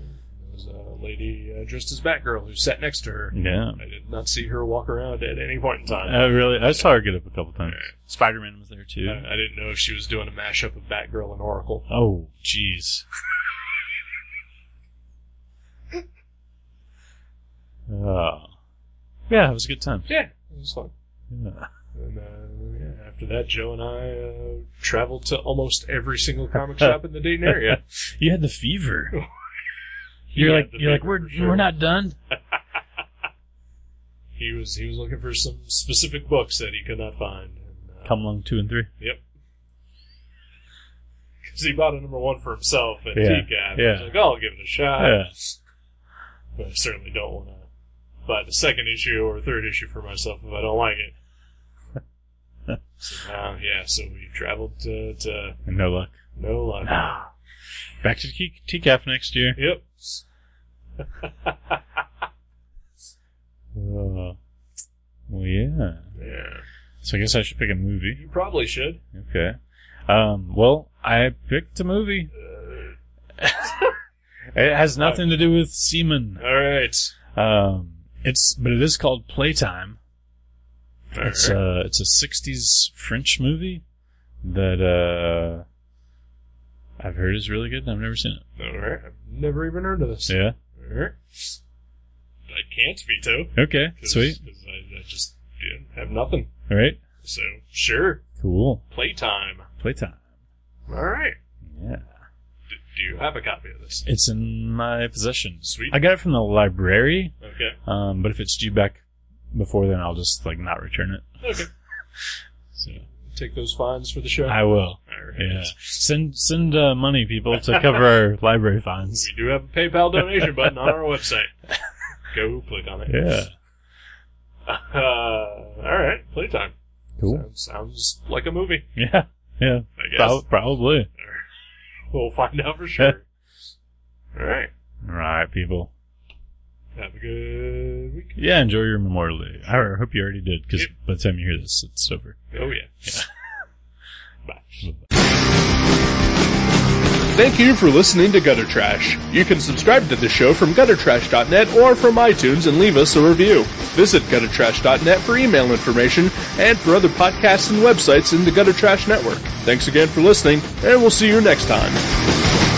A: was a lady uh, dressed as Batgirl who sat next to her.
B: Yeah.
A: I did not see her walk around at any point in time.
B: I really, I saw her get up a couple times. Spider Man was there too.
A: I, I didn't know if she was doing a mashup of Batgirl and Oracle.
B: Oh, jeez. oh. Yeah, it was a good time.
A: Yeah, it was fun.
B: Yeah.
A: And uh, yeah, after that, Joe and I uh, traveled to almost every single comic shop in the Dayton area.
B: You had the fever. You're
A: He
B: like,
A: had the
B: you're like,
A: fever
B: we're
A: for sure.
B: we're not done.
A: He was he was looking for some specific books that he could not find. And, uh,
B: Come along, two and three.
A: Yep. Because he bought a number one for himself at
B: Yeah,
A: TCAP.
B: yeah.
A: He's like, oh, I'll give it a shot.
B: Yeah.
A: But I certainly don't want to buy the second issue or third issue for myself if I don't like it. So now, yeah, so we traveled to, to
B: And no luck.
A: no luck.
B: Ah. Back to T- TCAF next year.
A: Yep.
B: Uh, well, yeah.
A: Yeah.
B: So I guess I should pick a movie.
A: You probably should.
B: Okay. Um, well, I picked a movie. it has nothing to do with semen.
A: All right.
B: Um, it's but it is called Playtime.
A: All
B: It's
A: right.
B: a it's a '60s French movie that uh, I've heard is really good. and I've never seen it.
A: All right. I've never even heard of this.
B: Yeah.
A: All right. I can't veto.
B: Okay.
A: 'cause-
B: Sweet.
A: 'cause I, I just didn't have nothing.
B: All right.
A: So, sure.
B: Cool.
A: Playtime.
B: Playtime.
A: All right.
B: Yeah.
A: D- do you have a copy of this?
B: It's in my possession.
A: Sweet.
B: I got it from the library.
A: Okay.
B: Um, but if it's due back before then, I'll just like not return it.
A: Okay.
B: So
A: Take those fines for the show.
B: I will.
A: All right.
B: Yeah. Send send uh, money, people, to cover our library fines.
A: We do have a PayPal donation button on our website. Go click on it.
B: Yeah.
A: Uh, all right. Playtime.
B: Cool.
A: Sounds, sounds like a movie.
B: Yeah. Yeah.
A: I guess.
B: Prob- probably.
A: We'll find out for sure. all right.
B: All right, people.
A: Have a good week.
B: Yeah, enjoy your Memorial Day. I hope you already did, because by the time you hear this, it's over.
A: Oh yeah. Bye.
F: Thank you for listening to Gutter Trash. You can subscribe to the show from guttertrash.net or from iTunes and leave us a review. Visit guttertrash.net for email information and for other podcasts and websites in the Gutter Trash Network. Thanks again for listening, and we'll see you next time.